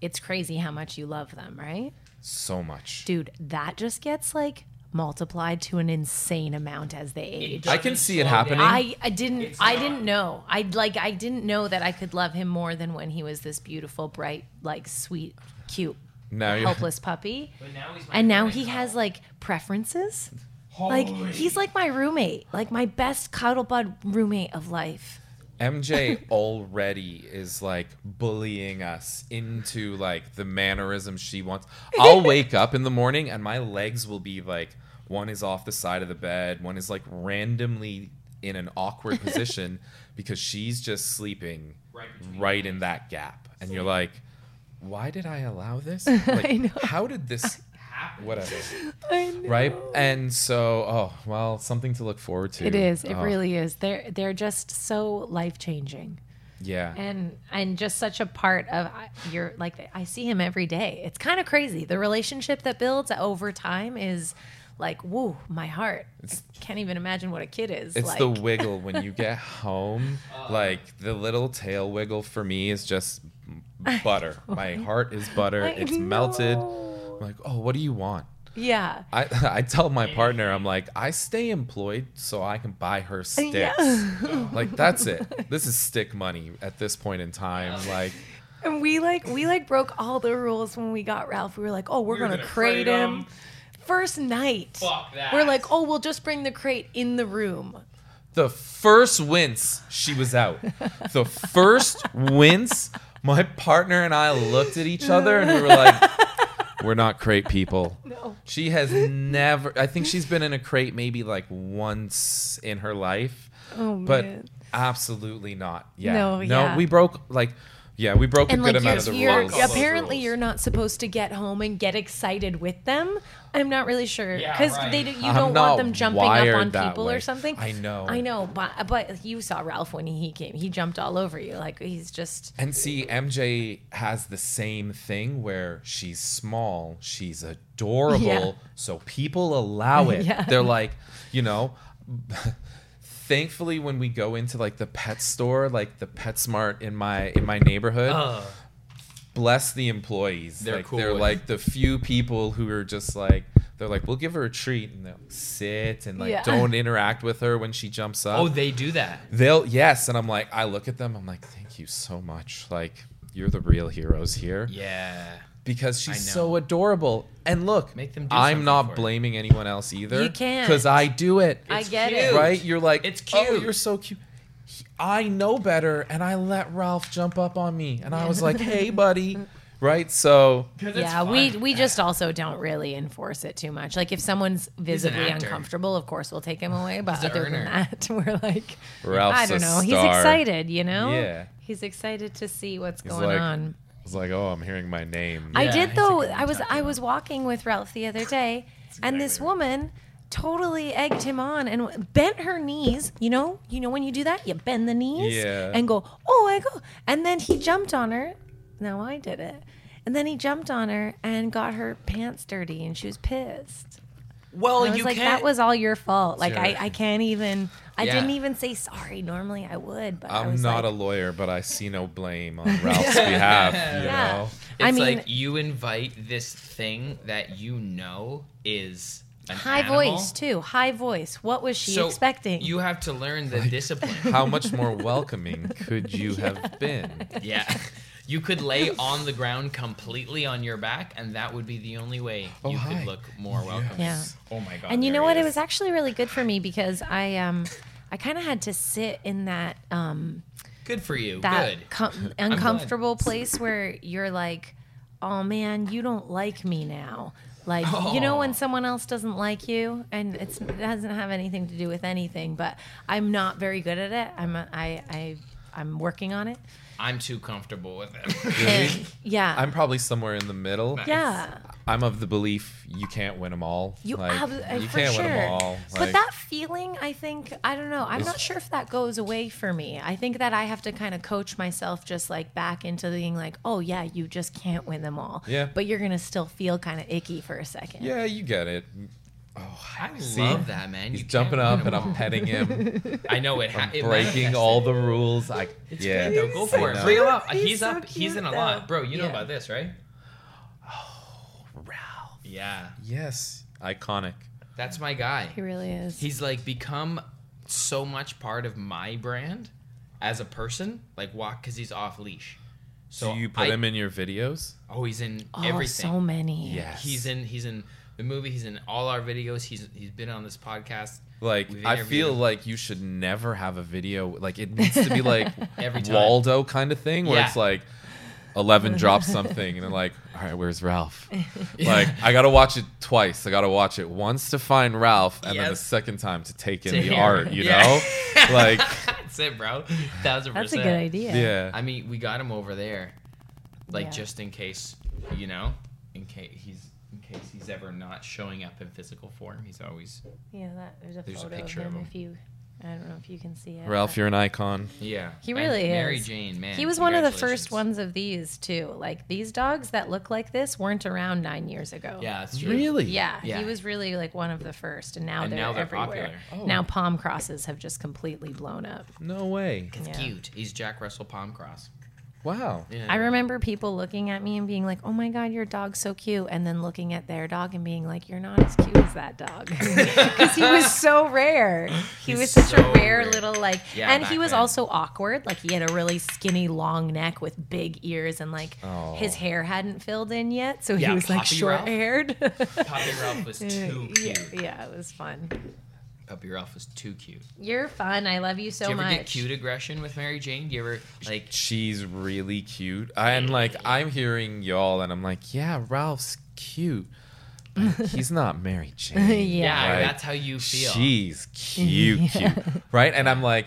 it's crazy how much you love them, right?
So much.
Dude, that just gets like multiplied to an insane amount as they age.
I can see it happening.
I, I didn't I didn't know. I like I didn't know that I could love him more than when he was this beautiful, bright, like sweet, cute,
now you're
helpless puppy.
But now he's my
And now
friend.
he has like preferences. Like he's like my roommate, like my best cuddle bud roommate of life.
MJ already is like bullying us into like the mannerism she wants. I'll wake up in the morning and my legs will be like one is off the side of the bed, one is like randomly in an awkward position because she's just sleeping right, in that gap. And you're like, why did I allow this? Like,
know.
how did this happen? Whatever. Right? And so, oh, well, something to look forward to.
It is. It
Oh,
really is. They're they're just so life changing,
Yeah.
and and just such a part of I- your like. I see him every day. It's kind of crazy. The relationship that builds over time is like, woo, my heart. I can't even imagine what a kid is.
It's
like,
the wiggle when you get home. like the little tail wiggle for me is just butter. My heart is butter.
I
it's melted.
know.
I'm like, oh, what do you want?
Yeah.
I I tell my partner, I'm like, I stay employed so I can buy her sticks. Like that's it. This is stick money at this point in time. Like
And we like we like broke all the rules when we got Ralph. We were like, oh, we're, gonna, crate him. First night.
Fuck that.
We're like, oh, we'll just bring the crate in the room.
The first wince, she was out. The first wince, my partner and I looked at each other and we were like, we're not crate people. No. She has never, I think she's been in a crate maybe like once in her life.
Oh,
but
man.
absolutely not. Yeah.
No, yeah.
we broke, like, yeah, we broke
and
a good
like
amount of
you're,
the
you're-
rules.
apparently you're not supposed to get home and get excited with them. I'm not really sure
Yeah,
because
right.
they do, you
I'm
don't
not
want them jumping up
wired
on
that
people
way.
or something.
I know.
I know, but but you saw Ralph when he came. He jumped all over you like he's just
And see, MJ has the same thing where she's small, she's adorable,
Yeah.
so people allow it.
Yeah.
They're like, you know, thankfully when we go into like the pet store, like the PetSmart in my in my neighborhood,
Uh.
bless the employees.
They're
like,
cool
They're
with
like the few people who are just like they're like, we'll give her a treat and they'll sit and like
Yeah.
don't interact with her when she jumps up
Oh, they do that.
they'll yes and i'm like i look at them i'm like thank you so much like you're the real heroes here
Yeah.
because she's
know.
so adorable and look
Make them do
i'm
something for
not
it.
blaming anyone else either
You can't.
because i do it
I
It's
get it.
cute.
right you're like
It's
oh,
cute.
you're so cute He- i know better and i let ralph jump up on me and i was like hey buddy right so
Yeah, we we just also don't really enforce it too much. Like if someone's visibly
actor.
uncomfortable, of course we'll take him away. But
He's an
other than
earner.
that, we're like,
Ralph's
I don't
a
know. He's
star.
excited, you know.
Yeah.
he's excited to see what's going
like,
on.
it's like oh i'm hearing my name
I
Yeah,
did
he's a
though.
good
I was I was walking with Ralph the other day, and this woman totally egged him on and w- bent her knees. You know, you know when you do that, you bend the knees
Yeah.
and go, oh, I go, and then he jumped on her. Now I did it, and then he jumped on her and got her pants dirty, and she was pissed.
Well,
I was
you
like,
can't.
that was all your fault. Like I,
Sure.
I can't even. I
Yeah.
didn't even say sorry. Normally I would, but I
i'm
was
not
like,
a lawyer but i see no blame on ralph's behalf you
Yeah.
know
It's
I mean,
like you invite this thing that you know is an
high
animal.
voice too. High voice. What was she
So
expecting?
You have to learn the discipline.
how much more welcoming could you have been?
Yeah. You could lay on the ground completely on your back, and that would be the only way you
Oh, hi.
could look more welcome.
Yeah.
Oh my god.
and you
there
know what?
he
It
is.
was actually really good for me because I um I kind of had to sit in that um
good for you.
that
good.
com- uncomfortable place where you're like, oh man, you don't like me now. Like you know when someone else doesn't like you, and it's, it doesn't have anything to do with anything. But I'm not very good at it. I'm a, I I I'm working on it.
I'm too comfortable with it.
And, yeah,
I'm probably somewhere in the middle.
yeah.
I'm of the belief you can't win them all.
You,
Like,
ab- uh,
you
for
can't
sure.
win them all.
but
Like,
that feeling, I think, I don't know. I'm not sure if that goes away for me. I think that I have to kind of coach myself just like back into being like, oh, yeah, you just can't win them all.
Yeah.
But you're going to still feel kind of icky for a second.
yeah, you get it.
I
See?
love that man.
He's
You can't
jumping
win
up,
them
and I'm
all.
petting him,
I know it. Ha- it
breaking
manifested.
all the rules. I
It's
yeah.
good though. Go
I
for it.
know.
Reel up. He's,
so
up. he's
cute,
in a lot,
though.
bro. You know
Yeah.
about this, right? Oh, Ralph. Yeah,
Yes, iconic.
that's my guy.
He really is.
He's like become so much part of my brand as a person. Like walk because he's off leash. So
Do you put
I-
him in your videos?
Oh, he's in
oh,
everything.
so many.
He's in. He's in the movie. He's in all our videos. He's he's been on this podcast.
Like
We've
I
interviewed
feel
him.
like you should never have a video. Like it needs to be like
Every time.
Waldo kind of thing where
Yeah.
it's like Eleven drops something and they're like, all right, where's Ralph? Like I gotta watch it twice. I gotta watch it once to find Ralph and then the
Yes.
second time to take in
To
the
hear
art.
it.
You
Yeah.
know, like
That's it, bro. Thousand percent.
That's a good idea.
yeah.
I mean, we got him over there, like
Yeah.
just in case, you know, in case he's in case he's ever not showing up in physical form. He's always
Yeah, that, there's a
There's a
photo
picture
of
of
him,
him.
if you, I don't know if you can see it.
Ralph, you're an icon.
yeah.
He
And
really
Mary
is.
Jane, man.
He was one of the
congratulations.
first ones of these too. Like these dogs that look like this weren't around nine years ago.
Yeah, that's true.
Yeah,
Yeah.
he was really like one of the first, and now
And
they're
now they're
everywhere.
popular. Oh.
Now palm crosses have just completely blown up.
No way.
Yeah.
Cute. He's Jack Russell Palmcross.
Wow.
Yeah.
I remember people looking at me and being like, "Oh my god, your dog's so cute," and then looking at their dog and being like, "You're not as cute as that dog," because he was so rare. He
He's
was such a
so
rare,
rare.
little like,
Yeah,
and he
back
was
then.
also awkward. Like he had a really skinny, long neck with big ears, and like his hair hadn't filled in yet, so
Oh. Yeah,
he was like
Poppy Ralph.
short haired.
Poppy Ralph was too
yeah,
cute.
yeah, it was fun.
up your elf was too cute.
You're fun. I love you so
Do you ever
much.
get cute aggression with Mary Jane? Do you ever like?
She's really cute. And
Mm.
like I'm hearing y'all and I'm like, yeah, Ralph's cute. but He's not Mary Jane.
Yeah.
Yeah,
Like,
that's how you feel.
She's cute, cute. Right? And I'm like,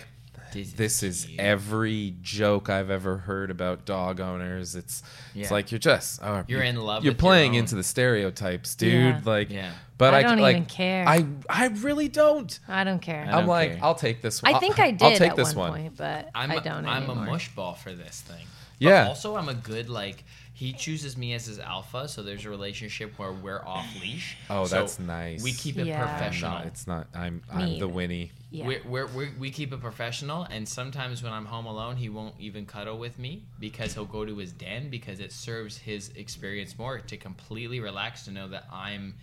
This is
this is
cute.
every joke I've ever heard about dog owners. It's
Yeah.
it's like you're just oh,
You're in love
You're
with your
playing
own.
into the stereotypes, dude.
Yeah.
Like,
Yeah.
but
I
I,
don't
like,
even care.
I I really don't.
I don't care.
I
I'm
don't
like,
care.
I'll take this one.
I think I did
I'll take
at
this
one,
one.
point, but
I'm
I don't
I'm
anymore.
a mush ball for this thing. But
Yeah.
also, I'm a good like. He chooses me as his alpha, so there's a relationship where we're off leash.
Oh,
So
that's nice.
We keep it
Yeah. I'm not-
I'm
professional.
not. It's not. I'm I'm the
Mean.
Winnie.
Yeah.
We're, we're, we're, we keep it professional, and sometimes when I'm home alone, he won't even cuddle with me because he'll go to his den because it serves his experience more to completely relax to know that I'm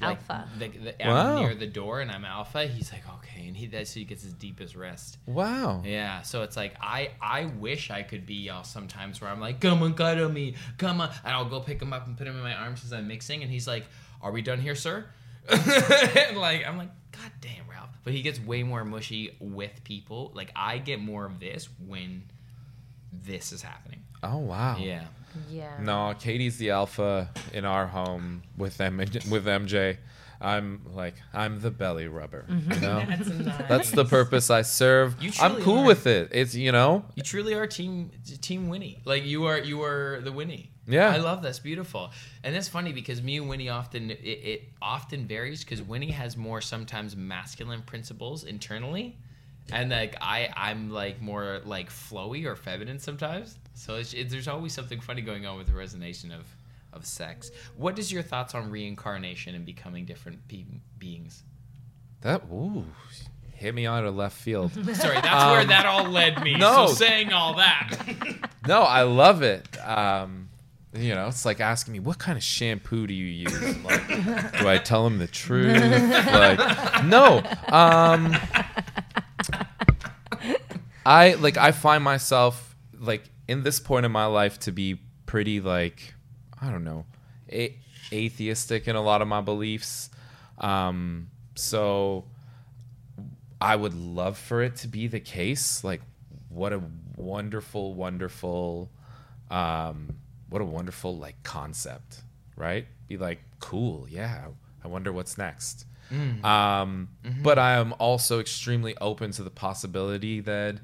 like,
Alpha.
The, the,
Wow.
I'm near the door and I'm alpha. He's like, okay, and he that's so he gets his deepest rest.
Wow.
Yeah, so it's like I I wish I could be y'all sometimes where I'm like, come on, cuddle me, come on, and I'll go pick him up and put him in my arms as I'm mixing, and he's like, are we done here, sir? and like I'm like, god damn, Ralph. But he gets way more mushy with people. Like I get more of this when this is happening.
Oh wow.
Yeah.
yeah.
No, Katie's the alpha in our home with M- with MJ. I'm like I'm the belly rubber. You know, that's, the purpose I serve.
Mm-hmm. You
I'm
truly
cool
are.
with it. It's you know,
You truly are team team Winnie. Like you are you are the Winnie.
Yeah.
I love that's beautiful, and that's funny because me and Winnie often it, it often varies because Winnie has more sometimes masculine principles internally, and like I I'm like more like flowy or feminine sometimes. So it's, it, there's always something funny going on with the resonation of of sex. What is your thoughts on reincarnation and becoming different pe- beings?
that ooh hit me out of left field.
Sorry, that's where that all led me.
Um, no.
so saying all that.
no, I love it. Um, you know, it's like asking me what kind of shampoo do you use. I'm Like, do I tell him the truth? Like, no. Um, I like I find myself like in this point in my life to be pretty like I don't know a- atheistic in a lot of my beliefs. Um, so I would love for it to be the case. Like, what a wonderful, wonderful, um, what a wonderful like concept, right? Be like, cool, yeah. I wonder what's next.
Mm.
Um,
Mm-hmm.
But I am also extremely open to the possibility that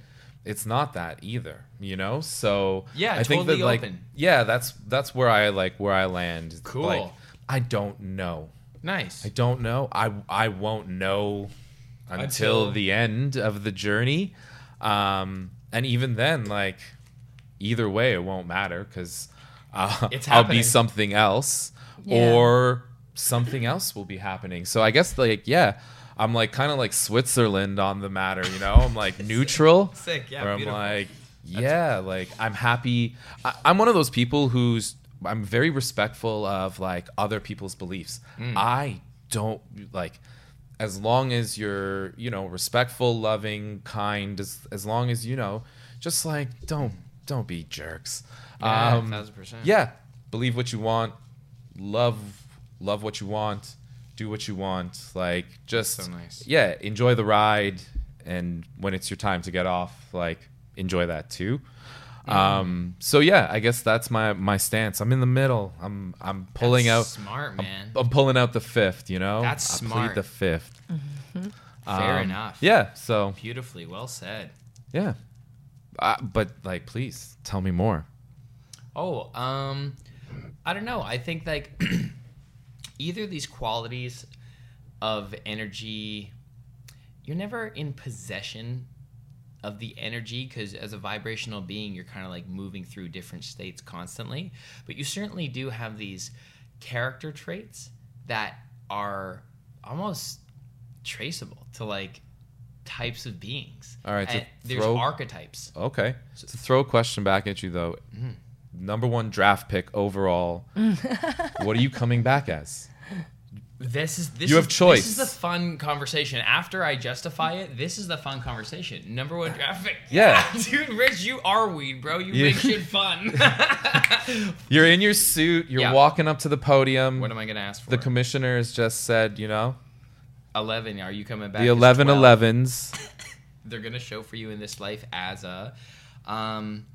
it's not that either. You know, so
Yeah,
I think
totally
that like,
open.
yeah, that's that's where I like where I land. It's
Cool.
Like, I don't know.
Nice.
I don't know. I I won't know until,
Until-
the end of the journey. Um, and even then, like either way, it won't matter because uh,
It's
I'll be
happening.
something else
Yeah.
or something else will be happening. So I guess like yeah, I'm like kind of like Switzerland on the matter. You know, I'm like neutral.
Sick, yeah,
Where I'm
beautiful.
like yeah, like I'm happy. I, I'm one of those people who's I'm very respectful of like other people's beliefs. I don't like as long as you're you know respectful, loving, kind. As as long as you know, just like don't don't be jerks.
Yeah,
um,
1000%.
yeah, believe what you want, love love what you want, do what you want. Like just
so nice.
yeah, enjoy the ride, and when it's your time to get off, like enjoy that too. Um, so yeah, I guess that's my my stance. I'm in the middle. I'm I'm pulling
That's
out.
smart
I'm-
man.
I'm, pulling out the fifth. You know,
That's
I plead
smart.
the fifth.
Fair
Um,
enough.
Yeah. So
Beautifully well said.
yeah, uh, but like, please tell me more.
Oh, um, I don't know. I think like either of these qualities of energy, you're never in possession of the energy because as a vibrational being, you're kind of like moving through different states constantly. But you certainly do have these character traits that are almost traceable to like types of beings.
All right, to
and there's
throw-
archetypes.
Okay. to throw a question back at you though,
Mm-hmm.
number one draft pick overall. what are you coming back as?
This is this
You
is,
have choice.
This is the fun conversation. After I justify it, this is the fun conversation. Number one draft pick.
Yeah.
dude, Rich, you are weed, bro. You
Yeah.
make shit fun.
You're in your suit. You're
Yeah.
walking up to the podium.
what am I gonna ask for?
the commissioner has just said, you know,
eleven. Are you coming back?
The
as
11
12?
11s.
They're gonna show for you in this life as a. Um,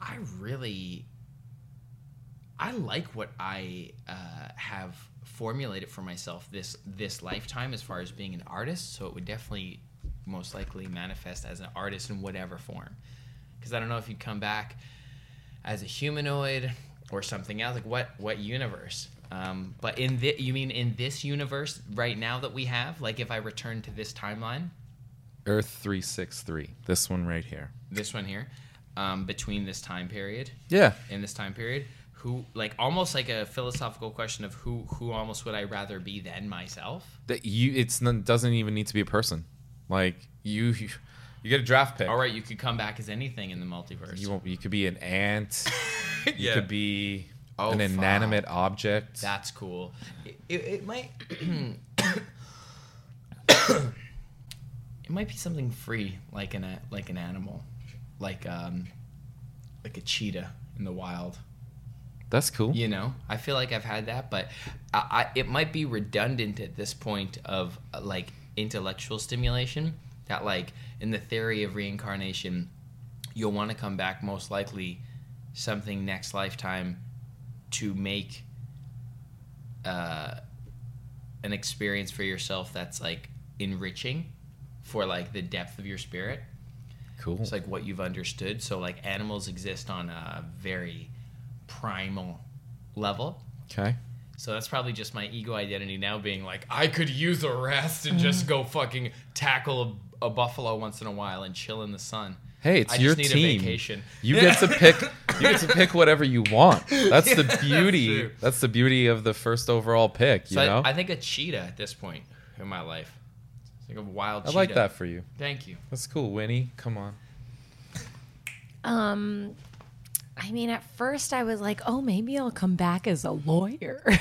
I really, I like what I uh, have formulated for myself this this lifetime as far as being an artist. So it would definitely, most likely, manifest as an artist in whatever form. Because I don't know if you'd come back as a humanoid or something else like what what universe um, but in the you mean in this universe right now that we have like if i return to this timeline
Earth 363. This one right here.
this one here um, between this time period
Yeah.
in this time period who like almost like a philosophical question of who who almost would i rather be than myself
That you it's it doesn't even need to be a person. Like you you, you get a draft pick.
all right you could come back as anything in the multiverse
You won't you could be an ant. You could be
Oh,
an
fuck.
inanimate object.
That's cool. It, it, it might. it might be something free, like an a- like an animal, like um, like a cheetah in the wild.
That's cool.
You know, I feel like I've had that, but I, I, it might be redundant at this point of uh, like intellectual stimulation. That like in the theory of reincarnation, you'll want to come back most likely something next lifetime to make uh, an experience for yourself that's like enriching for like the depth of your spirit.
Cool.
It's like what you've understood. So like animals exist on a very primal level.
okay.
So that's probably just my ego identity now being like, I could use a rest and
Mm-hmm.
just go fucking tackle a, a buffalo once in a while and chill in the sun.
Hey, it's
I
your
just need
team.
a vacation.
You get to pick. You get to pick whatever you want. That's the beauty.
true.
That's, the beauty of the first overall pick. You
So
know,
I, I think a cheetah at this point in my life. It's like a wild
I
cheetah.
like that for you.
Thank you.
That's cool, Winnie. Come on.
Um, I mean, at first I was like, oh, maybe I'll come back as a lawyer.
Well,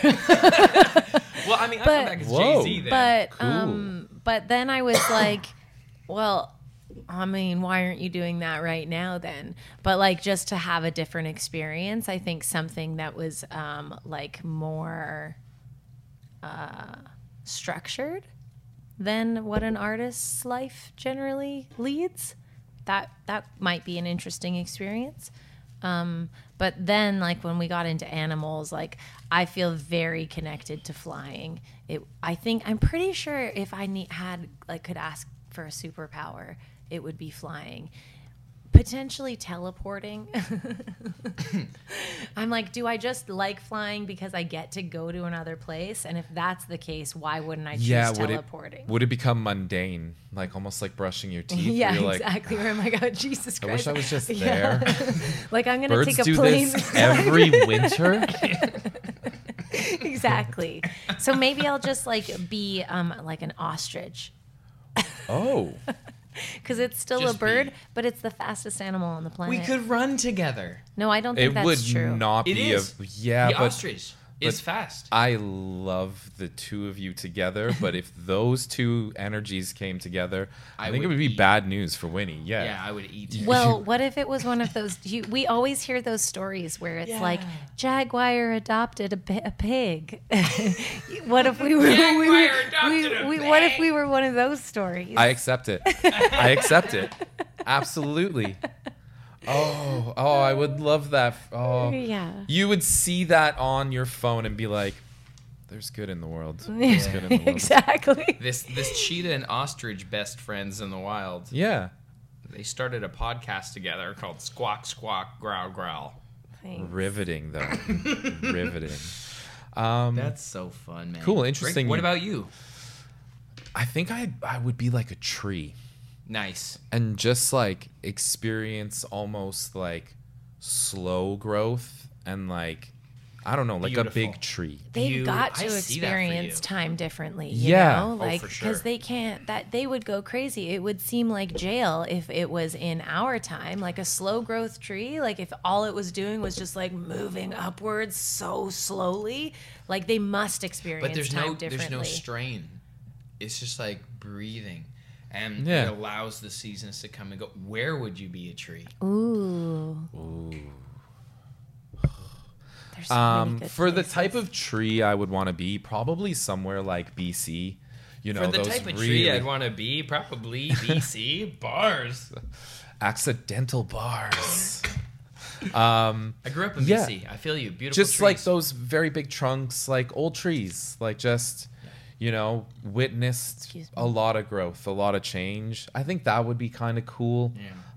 I mean, I come
But-
back as Jay
Whoa.
Z then.
but
Cool.
um, but then I was like, well, I mean, why aren't you doing that right now then? But like, just to have a different experience, I think something that was um like more uh structured than what an artist's life generally leads. That that might be an interesting experience. Um, But then, like when we got into animals, like I feel very connected to flying. It, I think I'm pretty sure if I need, had like could ask for a superpower, it would be flying, potentially teleporting. I'm like, do I just like flying because I get to go to another place? And if that's the case, why wouldn't I choose
Yeah. Would it,
teleporting?
would it become mundane? Like almost like brushing your teeth. where
yeah,
you're like,
exactly. Where I'm like, oh Jesus
I
Christ!
wish I was just
Yeah.
there.
Like I'm gonna
Birds
take a
do
plane.
this every winter.
exactly. So maybe I'll just like be um, like an ostrich
Oh,
because it's still
Just
a bird,
be.
but it's the fastest animal on the planet.
we could run together.
No, I don't think
it
that's
would
true.
not
It
be
is.
a yeah,
the
but
ostrich is
but-
fast.
I love the two of you together, but if those two energies came together, I,
I
think it
would
would be
be-
bad news for Winnie. Yeah.
yeah, I would eat. it.
Well, what if it was one of those? You, we always hear those stories where it's like jaguar adopted a, pi- a pig. what if we were? we were
adopted a
we- What if we were one of those stories?
I accept it. I accept it. Absolutely. Oh, oh, I would love that. Oh.
yeah.
You would see that on your phone and be like, there's good in the world. There's good in the world.
exactly.
This this cheetah and ostrich best friends in the wild.
Yeah.
They started a podcast together called Squawk Squawk Growl Growl.
Thanks.
Riveting though. Riveting.
That's so fun, man.
Um, Cool,
Rick,
interesting.
what about you?
I think I I would be like a tree.
Nice.
and just like experience almost like slow growth and like I don't know, like a
Beautiful.
big tree.
they've
You-
got
I
to
see that for you.
experience time differently you
Yeah.
know
Oh,
like
for
because
sure.
they can't that they would go crazy it would seem like jail if it was in our time like a slow growth tree like if all it was doing was just like moving upwards so slowly like they must experience
But there's
time
no
differently
there's no strain. It's just like breathing. And
Yeah.
it allows the seasons to come and go. Where would you be a tree?
ooh There's so many
Um,
good
for the
places.
Um, type of tree I would want to be, probably somewhere like BC. you know
For the
those
type of
really
tree I'd want to be, probably BC bars.
accidental bars.
I grew up in
Yeah.
BC. I feel you. Beautiful.
just like
trees.
those very big trunks, like old trees, like just you know witnessed
Excuse
a lot of growth, a lot of change. I think that would be kind of cool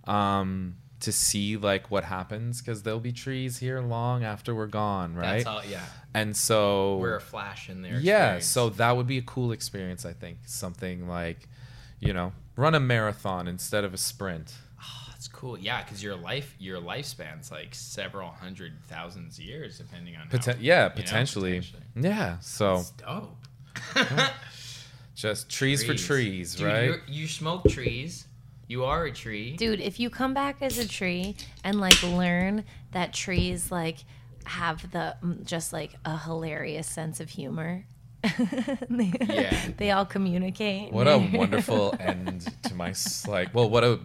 um, to see like what happens because there'll be trees here long after we're gone, right?
That's all. Yeah,
And so
we're a flash in there.
yeah, so that would be a cool experience. I think something like you know run a marathon instead of a sprint.
that's cool. Yeah, because your life, your lifespan's like several hundred thousands years, depending on. how-
Poten-
you
yeah,
know,
potentially.
potentially.
Yeah, so
It's dope.
just trees, for trees,
Dude,
right?
you're- You smoke trees. You are a tree.
Dude, if you come back as a tree and like learn that trees like have the mm, just like a hilarious sense of humor. they,
Yeah.
they all communicate.
What a wonderful end to my s- like. Well, what a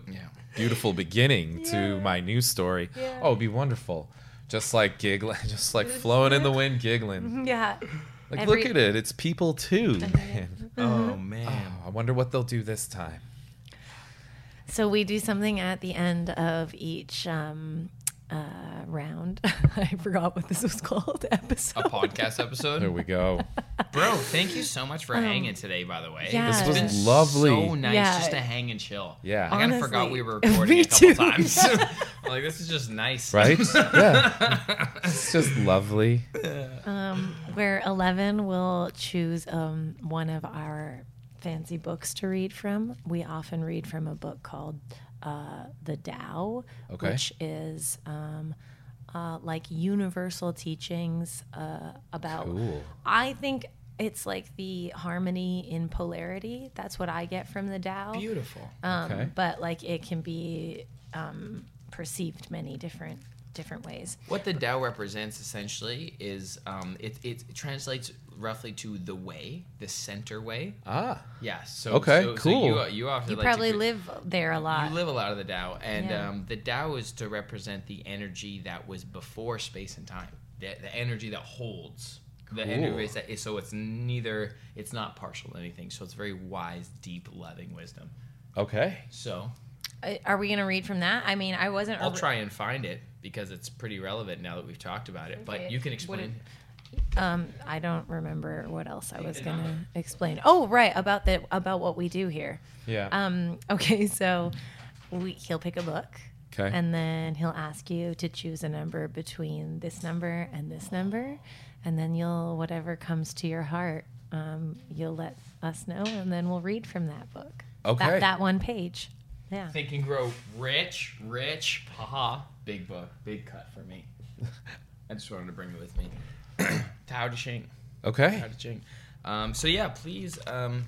beautiful beginning to my news story. Oh, it'd be wonderful. Just like giggling, just like flowing in the wind, giggling.
yeah.
Like,
Mm-hmm. Every-
look at it. It's people too. Man,
Mm-hmm.
Oh man.
I wonder what they'll do this time.
So we do something at the end of each um, uh, round. I forgot what this was called. Episode.
A podcast episode.
There we go.
Bro, thank you so much for hanging today, by the way.
Um, yeah. This
It's
was
been
lovely.
So nice
Yeah.
just to hang and chill.
Yeah.
I kind of forgot we
Honestly.
were recording
Me
a couple
too.
times. I'm like, this is just nice.
Right? Yeah. It's just lovely.
where 11 will choose um, one of our fancy books to read from. We often read from a book called uh, The Tao,
Okay.
which is um, uh, like universal teachings uh, about.
Cool.
I think it's like the harmony in polarity. That's what I get from The Tao.
Beautiful.
Um,
Okay.
But like it can be um, perceived many different different ways.
What the Tao represents essentially is um, it, it translates roughly to the way, the center way.
Ah.
Yeah. So
Okay,
so- so
cool.
you, you often
You
like to
probably
cre-
live there a lot.
You live a lot of the Tao, and
Yeah.
um, the Tao is to represent the energy that was before space and time, the, the energy that holds. The energy that is so it's neither it's not partial to anything, so it's very wise, deep, loving wisdom.
Okay.
So
Uh, Are we gonna read from that? I mean, I wasn't.
I'll try and find it because it's pretty relevant now that we've talked about it. But you can explain.
um, I don't remember what else I was gonna explain. Oh, right about the about what we do here.
Yeah.
Um. Okay, so we, he'll pick a book,
okay.
and then he'll ask you to choose a number between this number and this number, and then you'll whatever comes to your heart, um, you'll let us know, and then we'll read from that book.
Okay.
That, that one page. Yeah.
Think and grow rich, rich. Haha. Big book, big cut for me. I just wanted to bring it with me. Tao Te Ching.
okay.
Tao Te Ching. Um, so yeah, please, um,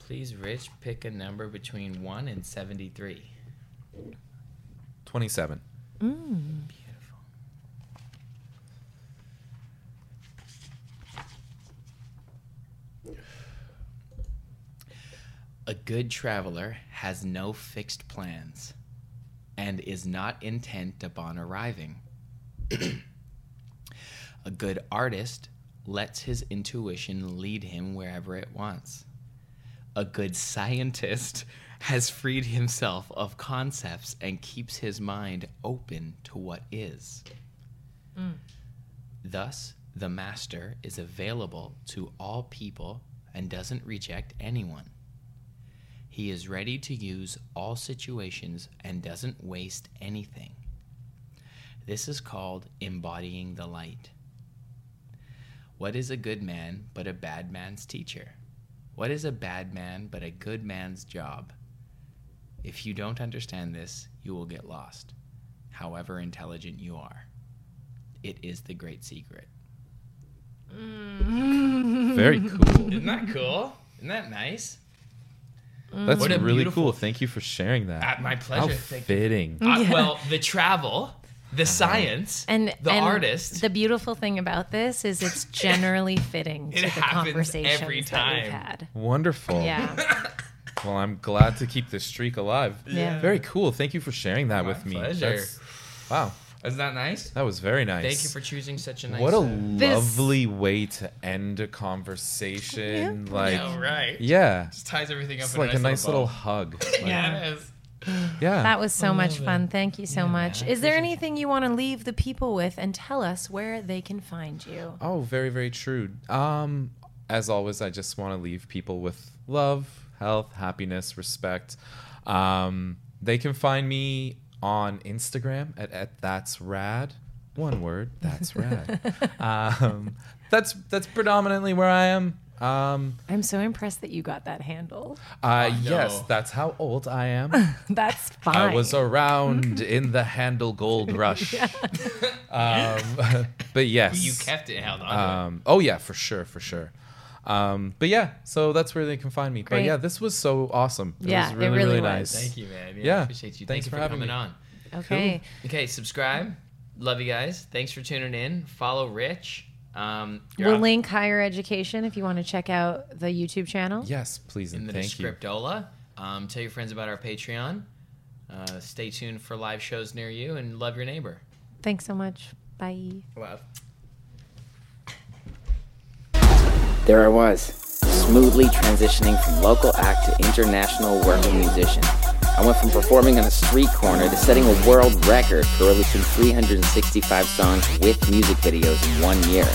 please, Rich, pick a number between one and seventy-three.
27.
Beautiful. A good traveler has no fixed plans and is not intent upon arriving. A good artist lets his intuition lead him wherever it wants. A good scientist has freed himself of concepts and keeps his mind open to what is. Thus, the master is available to all people and doesn't reject anyone. He is ready to use all situations and doesn't waste anything. This is called embodying the light. What is a good man but a bad man's teacher? What is a bad man but a good man's job? If you don't understand this, you will get lost, however intelligent you are. It is the great secret.
Very cool.
Isn't that cool? Isn't that nice?
That's
What a
really
beautiful-
cool. Thank you for sharing that.
At my
How
pleasure. Thank you.
fitting.
Uh, well, the travel, the science,
And
the
and
artist.
The beautiful thing about this is it's generally fitting to
It
the
happens
conversations
every
that
time.
we've had.
Wonderful.
Yeah.
Well, I'm glad to keep this streak alive.
Yeah.
Very cool. Thank you for sharing that with me.
pleasure.
That's- wow.
Isn't that nice?
That was very nice.
Thank you for choosing such a nice.
What a
uh,
This-
lovely way to end a conversation. Like,
yeah, right.
yeah,
Just ties everything up.
it's
in
like a nice little,
bow.
hug. Like,
yeah, it is.
yeah.
That was so much fun. Thank you so much. Is there anything you want to leave the people with and tell us where they can find you?
Oh, very, very true. Um, as always, I just want to leave people with love, health, happiness, respect. Um, they can find me on Instagram at, at that's rad. One word, that's rad. um, that's that's predominantly where I am. Um,
I'm so impressed that you got that handle.
uh, yes,
no.
that's how old I am.
That's fine.
I was around in the handle gold rush. um, but yes,
You kept it held on. to it.
um, oh yeah, for sure, for sure. Um, but yeah, so that's where they can find me.
Great.
But yeah, this was so awesome. It
Yeah,
was
it
really,
really
really nice.
was.
Thank you, man. Yeah,
yeah.
appreciate you.
Thanks
Thank you
for
for,
having
coming
me.
on.
okay.
Okay, subscribe. Love you guys. Thanks for tuning in. Follow Rich. Um, you're
We'll
on-
link higher education if you want to check out the YouTube channel.
Yes, please
in
and
the
thank you.
descriptola. Um, tell your friends about our Patreon. Uh, stay tuned for live shows near you and love your neighbor.
Thanks so much. Bye.
Love.
There I was, smoothly transitioning from local act to international working musician. I went from performing on a street corner to setting a world record for releasing 365 songs with music videos in one year.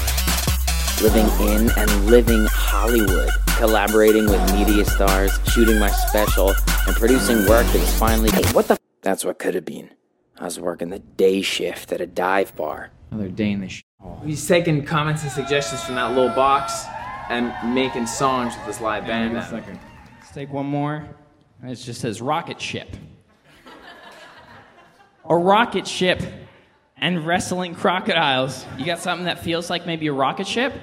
Living in and living Hollywood, collaborating with media stars, shooting my special, and producing work that was finally. Hey, what the? F- That's what could have been. I was working the day shift at a dive bar.
Another day in the sh-
He's taking comments and suggestions from that little box and making songs with his live band.
Let's take one more. And it just says rocket ship. a rocket ship and wrestling crocodiles. You got something that feels like maybe a rocket ship?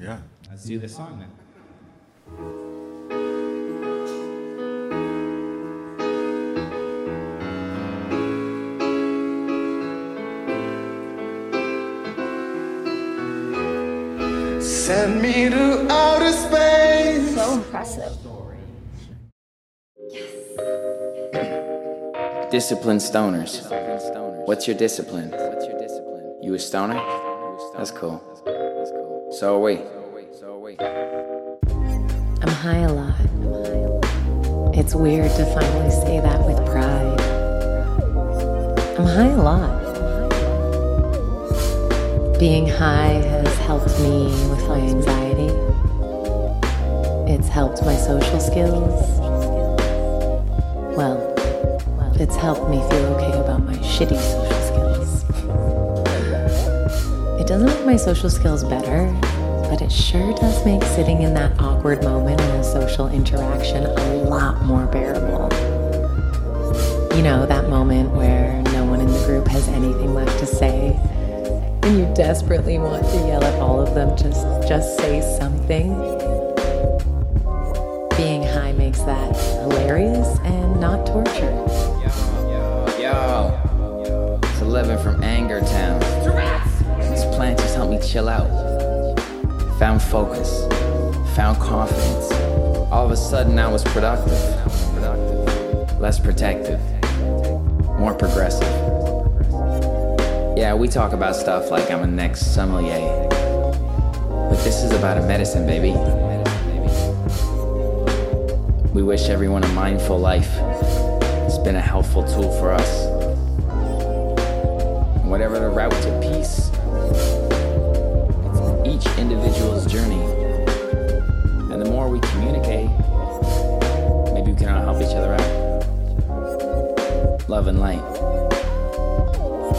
Yeah.
Let's do this song then.
Send me to outer space.
So impressive.
Discipline stoners. What's your discipline? What's your discipline? You a stoner? That's cool. So are we. So are we.
I'm high a lot. It's weird to finally say that with pride. I'm high a lot. Being high has helped me with my anxiety. It's helped my social skills. Well, it's helped me feel okay about my shitty social skills. It doesn't make my social skills better, but it sure does make sitting in that awkward moment in a social interaction a lot more bearable. You know, that moment where no one in the group has anything left to say, and you desperately want to yell at all of them, just just say something. Being high makes that hilarious and not torture.
Yo. It's 11 from Anger Town. This plant just helped me chill out. Found focus. Found confidence. All of a sudden, I was productive. Less protective. More progressive. Yeah, we talk about stuff like I'm a next sommelier. But this is about a medicine, baby. We wish everyone a mindful life. It's been a helpful tool for us whatever the route to peace. It's each individual's journey. And the more we communicate, maybe we can all help each other out. Love and light.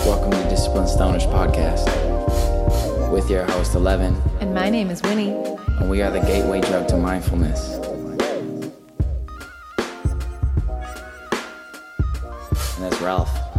Welcome to Discipline Stoners Podcast with your host, Eleven,
And my name is Winnie.
and we are the gateway drug to mindfulness. And that's Ralph.